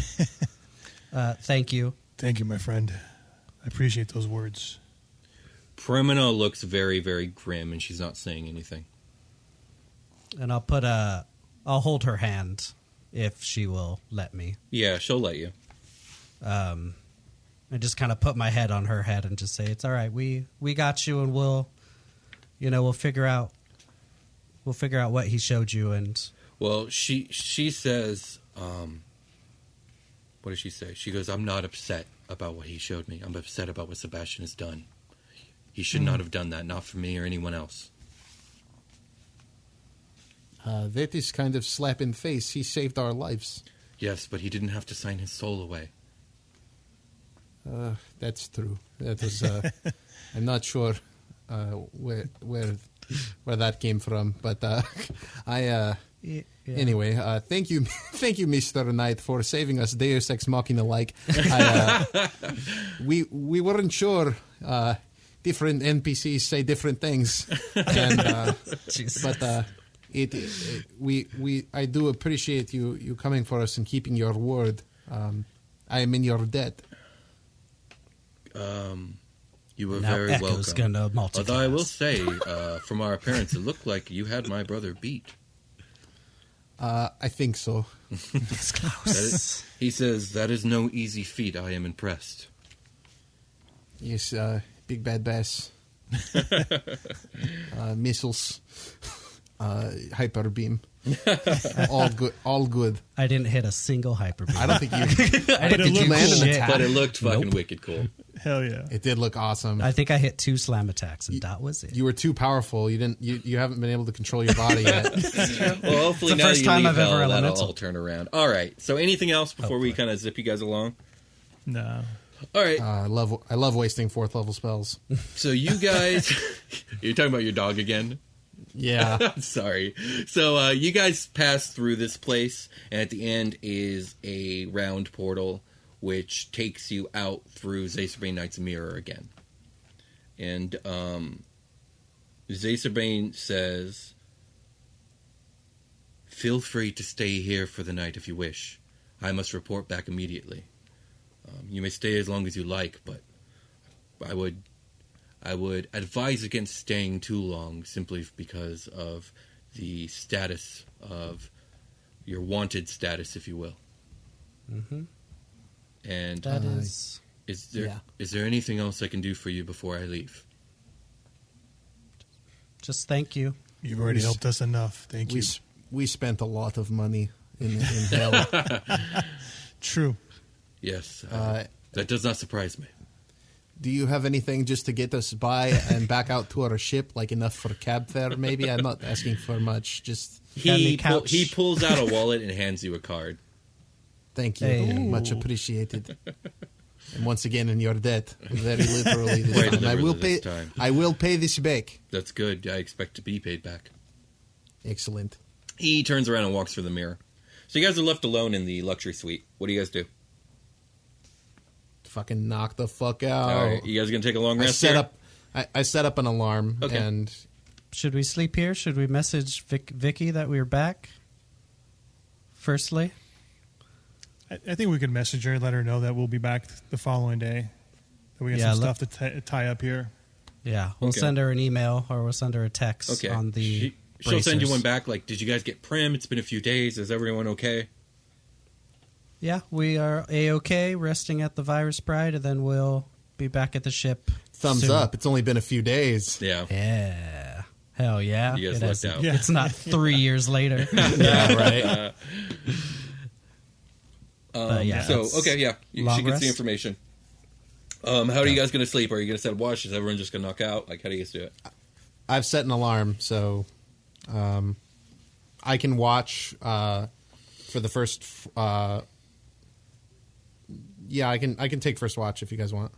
uh, thank you.
Thank you, my friend. I appreciate those words.
Primina looks very, very grim and she's not saying anything.
And I'll put a, I'll hold her hand if she will let me.
Yeah, she'll let you.
um, and just kind of put my head on her head and just say, "It's all right. We we got you, and we'll, you know, we'll figure out, we'll figure out what he showed you." And
Well, she she says, um, what does she say? She goes, "I'm not upset about what he showed me. I'm upset about what Sebastian has done. He
Hmm.
should not have done that, not for me or anyone else."
Uh, that is kind of slap in face. He saved our lives.
Yes, but he didn't have to sign his soul away.
Uh, that's true. That was. Uh, I'm not sure uh, where where where that came from, but uh, I. Uh,
yeah.
Anyway, uh, thank you, thank you, Mister Knight, for saving us, Deus Ex Machina like. I, uh, we we weren't sure. Uh, different NPCs say different things, and, uh, but uh, it, it- we we I do appreciate you you coming for us and keeping your word. Um, I am in your debt.
Um, you were
now
very
Echo's
welcome.
gonna multi.
Although I will say, uh, from our appearance, it looked like you had my brother beat.
Uh, I think so.
That is- he says that is no easy feat. I am impressed.
Yes, uh, big bad bass, uh, missiles, uh, hyper beam, Uh, all good, all good.
I didn't hit a single hyper.
I don't think you.
I didn't
it
think you
looked
land
cool.
an
Shit.
attack.
But it looked fucking wicked cool.
Hell yeah.
It did look awesome.
I think I hit two slam attacks, and that was it.
you were too powerful. You didn't. You, you haven't been able to control your body yet.
Well, hopefully
It's the
now
first
that you
time
leave
I've ever
hell, that'll
elemental.
all turn around. All right. So anything else before we
Hopefully.
kind of zip you guys along?
No.
All right.
Uh, I love. I love wasting fourth level spells.
So you guys, you're talking about your dog again.
Yeah.
I'm sorry. So uh, you guys pass through this place, and at the end is a round portal, which takes you out through Zacerbane Knight's mirror again. And um, Zacerbane says, "Feel free to stay here for the night if you wish. I must report back immediately. Um, you may stay as long as you like, but I would I would advise against staying too long simply because of the status of your wanted status, if you will. Mm-hmm. And
That is.
is there is
yeah.
there anything else I can do for you before I leave?
just thank you.
You've already
We s-
helped us enough. Thank
we
you.
s- we spent a lot of money in, in hell.
True.
Yes, I-
Uh,
that does not surprise me.
Do you have anything just to get us by and back out to our ship, like enough for cab fare? Maybe I'm not asking for much. Just
He
Family
pull-
couch.
he pulls out a wallet and hands you a card.
thank you,
Hey.
much appreciated. And once again, in your debt, very literally this
Very
time. I
literally
will pay.
this time.
I will pay this back.
That's good. I expect to be paid back.
Excellent.
He turns around and walks through the mirror. So you guys are left alone in the luxury suite. What do you guys do?
Fucking knock the fuck out.
All
Oh.
right, you guys gonna take a long
I
rest?
set
here?
up. I, I set up an alarm,
Okay.
and
Should we sleep here? Should we message Vic- Vicky that we are back? Firstly,
I, I think we could message her, let her know that we'll be back th- the following day. That we got
Yeah,
some
let-
stuff to ti- tie up here.
yeah, we'll
Okay.
send her an email or we'll send her a text
Okay.
on the.
She- she'll send you
bracers.
one back. Like, did you guys get prim? It's been a few days. Is everyone okay?
Yeah, we are a okay, resting at the Virus Pride, and then we'll be back at the ship.
thumbs
soon.
up. It's only been a few days.
Yeah.
Yeah. Hell yeah.
You guys
It
lucked
isn't-
out. Um,
Yeah.
It's not three years later.
Yeah, right.
but Uh, yeah.
Um, so
it's-
okay, yeah, You-
long
she gets the
rest.
information. Um, how are you guys gonna sleep? Are you gonna set watch? Is everyone just gonna knock out? Like, how do you guys do it?
I've set an alarm, so um, I can watch uh, for the first. Uh, yeah, I can. I can take first watch if you guys want.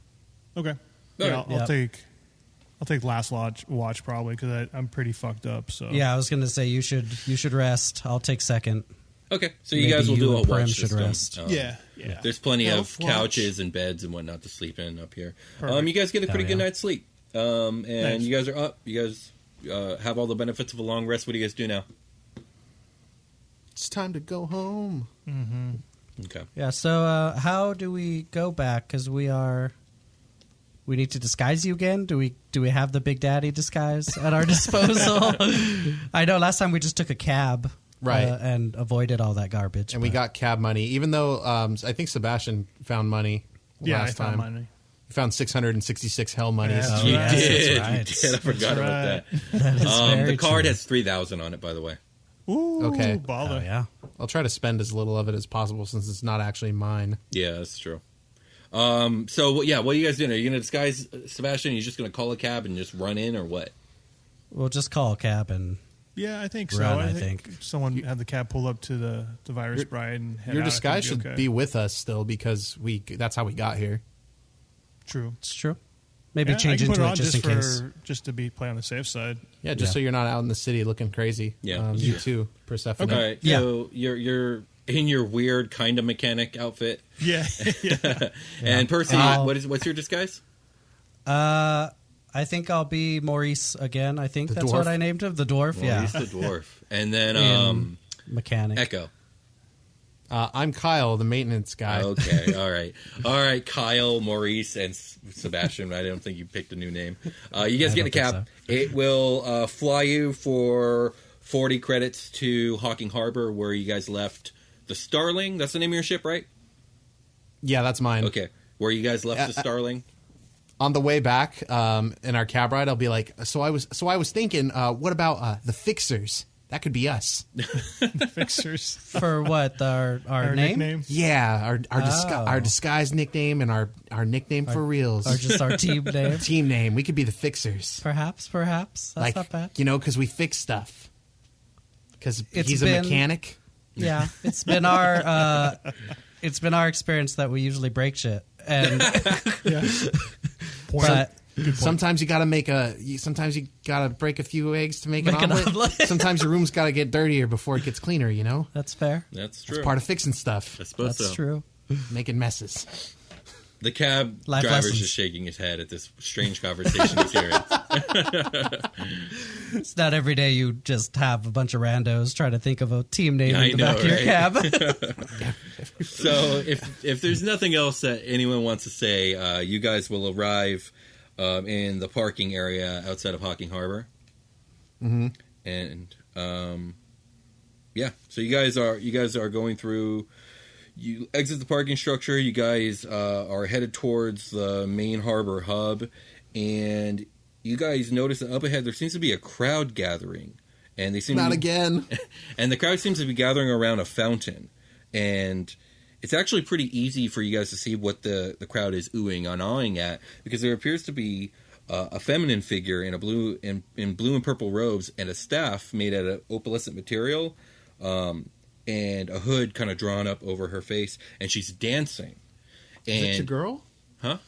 Okay.
All
Yeah,
right.
I'll, I'll
Yeah.
take. I'll take last watch, watch probably because I'm pretty fucked up. So
Yeah, I was gonna say you should you should rest. I'll take second.
Okay, so you
Maybe
guys will
you
do a
and Prem
watch
should
system.
rest.
Um,
yeah, yeah.
There's plenty
Yeah,
of
let's watch.
couches and beds and whatnot to sleep in up here. Um,
Perfect.
you guys get a pretty
Hell
good
yeah.
night's sleep. Um, and
Nice.
you guys are up. You guys uh, have all the benefits of a long rest. What do you guys do now?
It's time to go home.
Okay.
Yeah. So uh, how do we go back? Because we are. We need to disguise you again. Do we? Do we have the Big Daddy disguise at our disposal? I know. Last time we just took a cab,
Right.
uh, and avoided all that garbage.
And we
but-
got cab money, even though um, I think Sebastian found money
yeah.
last
I found
time.
mine.
He found six hundred and sixty-six hell money.
Yeah.
Oh,
You
yes,
did,
that's
you
right.
did. I forgot about
right.
that.
That is
Um, the
very
card
true.
has three thousand on it, by the way.
Ooh,
Okay.
Oh
baller.
yeah.
I'll try to spend as little of it as possible since it's not actually mine.
Yeah, that's true. Um, so what- yeah, what are you guys doing? Are you gonna disguise uh, Sebastian? Are you just gonna call a cab and just run in, or what?
We'll just call a cab and
Yeah, I think so.
Run, I
I think,
think.
someone had the cab pull up to the, the virus
Your-
bride and head
Your
out. I think
disguise
it'd
should
okay.
be with us still because we—that's how we got here.
true.
it's true. Maybe
Yeah,
change
I can put
into
it
it,
on
just, in case.
for just to be play on the safe side.
Yeah, just
Yeah.
so you're not out in the city looking crazy.
Yeah.
um,
Yeah.
you too, Persephone.
All right, so you're you're in your weird kind of mechanic outfit,
Yeah, yeah.
and Percy,
Uh,
what is what's your disguise?
Uh, I think I'll be Maurice again. I think
The
that's
dwarf?
what I named him. The dwarf,
Well,
yeah.
he's the dwarf, and then
In
um,
mechanic.
Echo.
Uh, I'm Kyle, the maintenance guy.
Oh, Okay, all right, all right. Kyle, Maurice, and S- Sebastian. I don't think you picked a new name. Uh, you guys
I
get in a
don't think
cab. It will uh, fly you for forty credits to Hawking Harbor, where you guys left the Starling. That's the name of your ship, right?
Yeah, that's mine.
Okay. Where you guys left
Uh,
the Starling?
On the way back, um, in our cab ride, I'll be like, "So I was, so I was thinking, uh, what about uh, the fixers? That could be us.
fixers.
For what? Our, our,
Our
name?
nickname.
Yeah, our our, disgu-
Oh.
our disguise nickname and our our nickname for reals,
Or just our team name?
team name. We could be the fixers.
Perhaps, perhaps. That's
like
not bad.
you know, because we fix stuff. Because
It's
he's a
been-
mechanic.
Yeah. It's been our uh, it's been our experience that we usually break shit. And
Yeah.
but
Sometimes you gotta make a. You, sometimes you gotta break a few eggs to make,
Make
an
an
omelet.
omelet.
sometimes your room's gotta get dirtier before it gets cleaner. You know,
That's fair.
That's true.
it's part of fixing stuff,
I suppose
That's
so.
true.
making messes.
The cab
Life
driver's
lessons.
just shaking his head at this strange conversation he's hearing.
It's not every day you just have a bunch of randos trying to think of a team name
Yeah, I
in the back
know,
of your
right?
cab.
So if if there's nothing else that anyone wants to say, uh, you guys will arrive um, in the parking area outside of Hocking Harbor, mm-hmm. and um, yeah, so you guys are you guys are going through. You exit the parking structure. You guys uh, are headed towards the main harbor hub, and you guys notice that up ahead there seems to be a crowd gathering, and they seem
Not
to be,
again.
and the crowd seems to be gathering around a fountain. And it's actually pretty easy for you guys to see what the, the crowd is oohing and awing at because there appears to be uh, a feminine figure in a blue in, in blue and purple robes and a staff made out of opalescent material um, and a hood kind of drawn up over her face and she's dancing.
Is
And
it your girl?
Huh?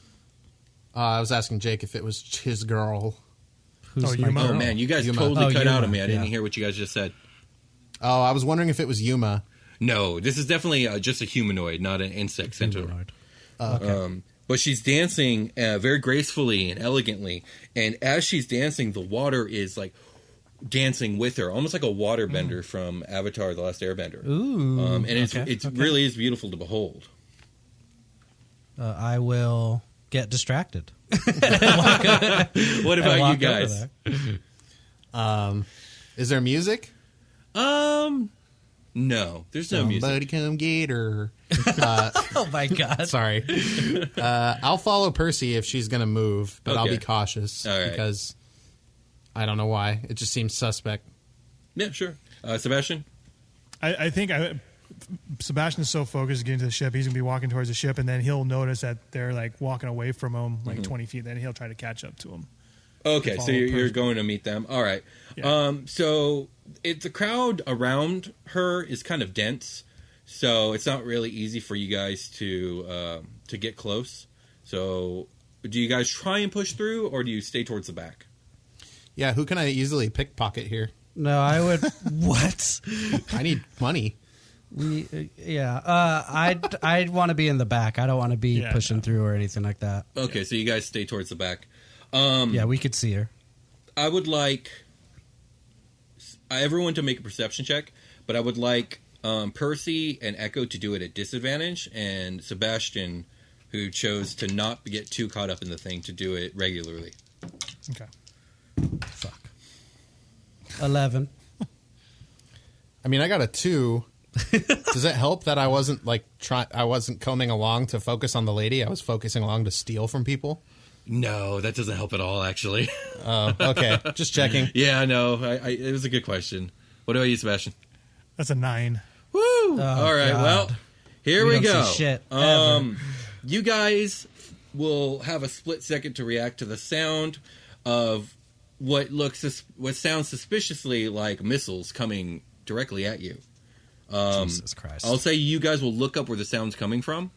Uh, I was asking Jake if it was his girl.
Who's
Oh,
my
you mo-
girl?
Oh man, you guys
Yuma.
totally
Oh,
cut out
Yuma,
of me. I didn't
yeah.
hear what you guys just said.
Oh, I was wondering if it was Yuma.
No, this is definitely uh, just a humanoid, not an insect centaur.
Humanoid. Uh,
Um, but she's dancing uh, very gracefully and elegantly. And as she's dancing, the water is like dancing with her, almost like a waterbender from Avatar: The Last Airbender.
Mm. Ooh.
um, and it's
okay,
it's
okay.
really is beautiful to behold.
Uh, I will get distracted.
What
and
about you
walk over
guys?
there.
Is there music?
Um, no, there's no music.
Somebody come get her.
Oh my god.
Sorry. Uh, I'll follow Percy if she's going to move, but I'll
Okay.
be cautious
All right.
because I don't know why. It just seems suspect.
Yeah, sure. Uh, Sebastian.
I, I think I, Sebastian is so focused getting to the ship, he's gonna be walking towards the ship, and then he'll notice that they're like walking away from him
Mm-hmm.
like twenty feet. Then he'll try to catch up to him.
Okay, so
follow
you're,
person.
you're going to meet them. All right.
Yeah.
Um, so it, the crowd around her is kind of dense, so it's not really easy for you guys to um, to get close. So do you guys try and push through, or do you stay towards the back?
Yeah, who can I easily pickpocket here?
No, I would. what?
I need money.
We, uh, yeah. Uh, I'd I'd want to be in the back. I don't want to be
Yeah,
pushing
no.
through or anything like that.
Okay, so you guys stay towards the back.
yeah, we could see her.
I would like s- everyone to make a perception check, but I would like um, Percy and Echo to do it at disadvantage, and Sebastian, who chose to not get too caught up in the thing, to do it regularly.
Okay.
Fuck. Eleven.
I mean, I got a 2. Does it help that I wasn't like try I wasn't combing along to focus on the lady. I was focusing along to steal from people.
No, that doesn't help at all, actually.
Oh, okay. just checking.
yeah, no, I, I, it was a good question. What about you, Sebastian?
That's a nine.
Woo! all right,
Oh, God.
well, here we,
We
go.
don't see shit,
um, you guys will have a split second to react to the sound of what looks sus- what sounds suspiciously like missiles coming directly at you.
Jesus Christ.
I'll say you guys will look up where the sound's coming from,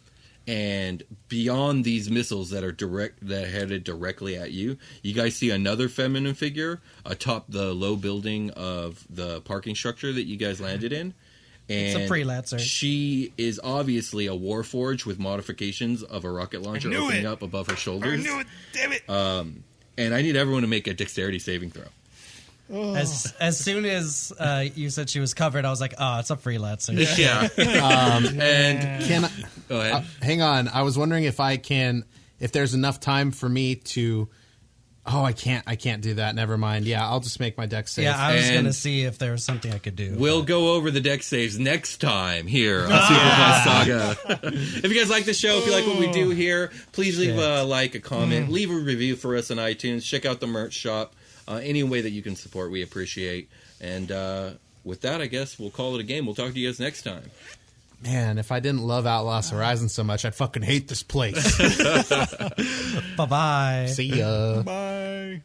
and beyond these missiles that are direct that are headed directly at you, you guys see another feminine figure atop the low building of the parking structure that you guys landed in. And
It's a freelancer.
She is obviously a warforge with modifications of a rocket launcher
knew
opening
it.
up above her shoulders.
Damn it!
And I need everyone to make a dexterity saving throw.
as as soon as uh, you said she was covered, I was like, oh, it's a freelancer.
Yeah. Um, and
Can I
go ahead.
Uh, hang on. I was wondering if I can, if there's enough time for me to. Oh, I can't. I can't do that. Never mind. Yeah, I'll just make my deck save.
Yeah, I was
And-
gonna see if there was something I could do.
We'll go over the deck saves next time here on Super Saga. if you guys like the show, if you like what we do here, please leave a like, a comment, leave a review for us on iTunes. Check out the merch shop. Uh, any way that you can support, we appreciate. And uh, with that, I guess we'll call it a game. We'll talk to you guys next time.
Man, if I didn't love Outlast Horizon so much, I'd fucking hate this place.
Bye bye.
See ya.
Bye.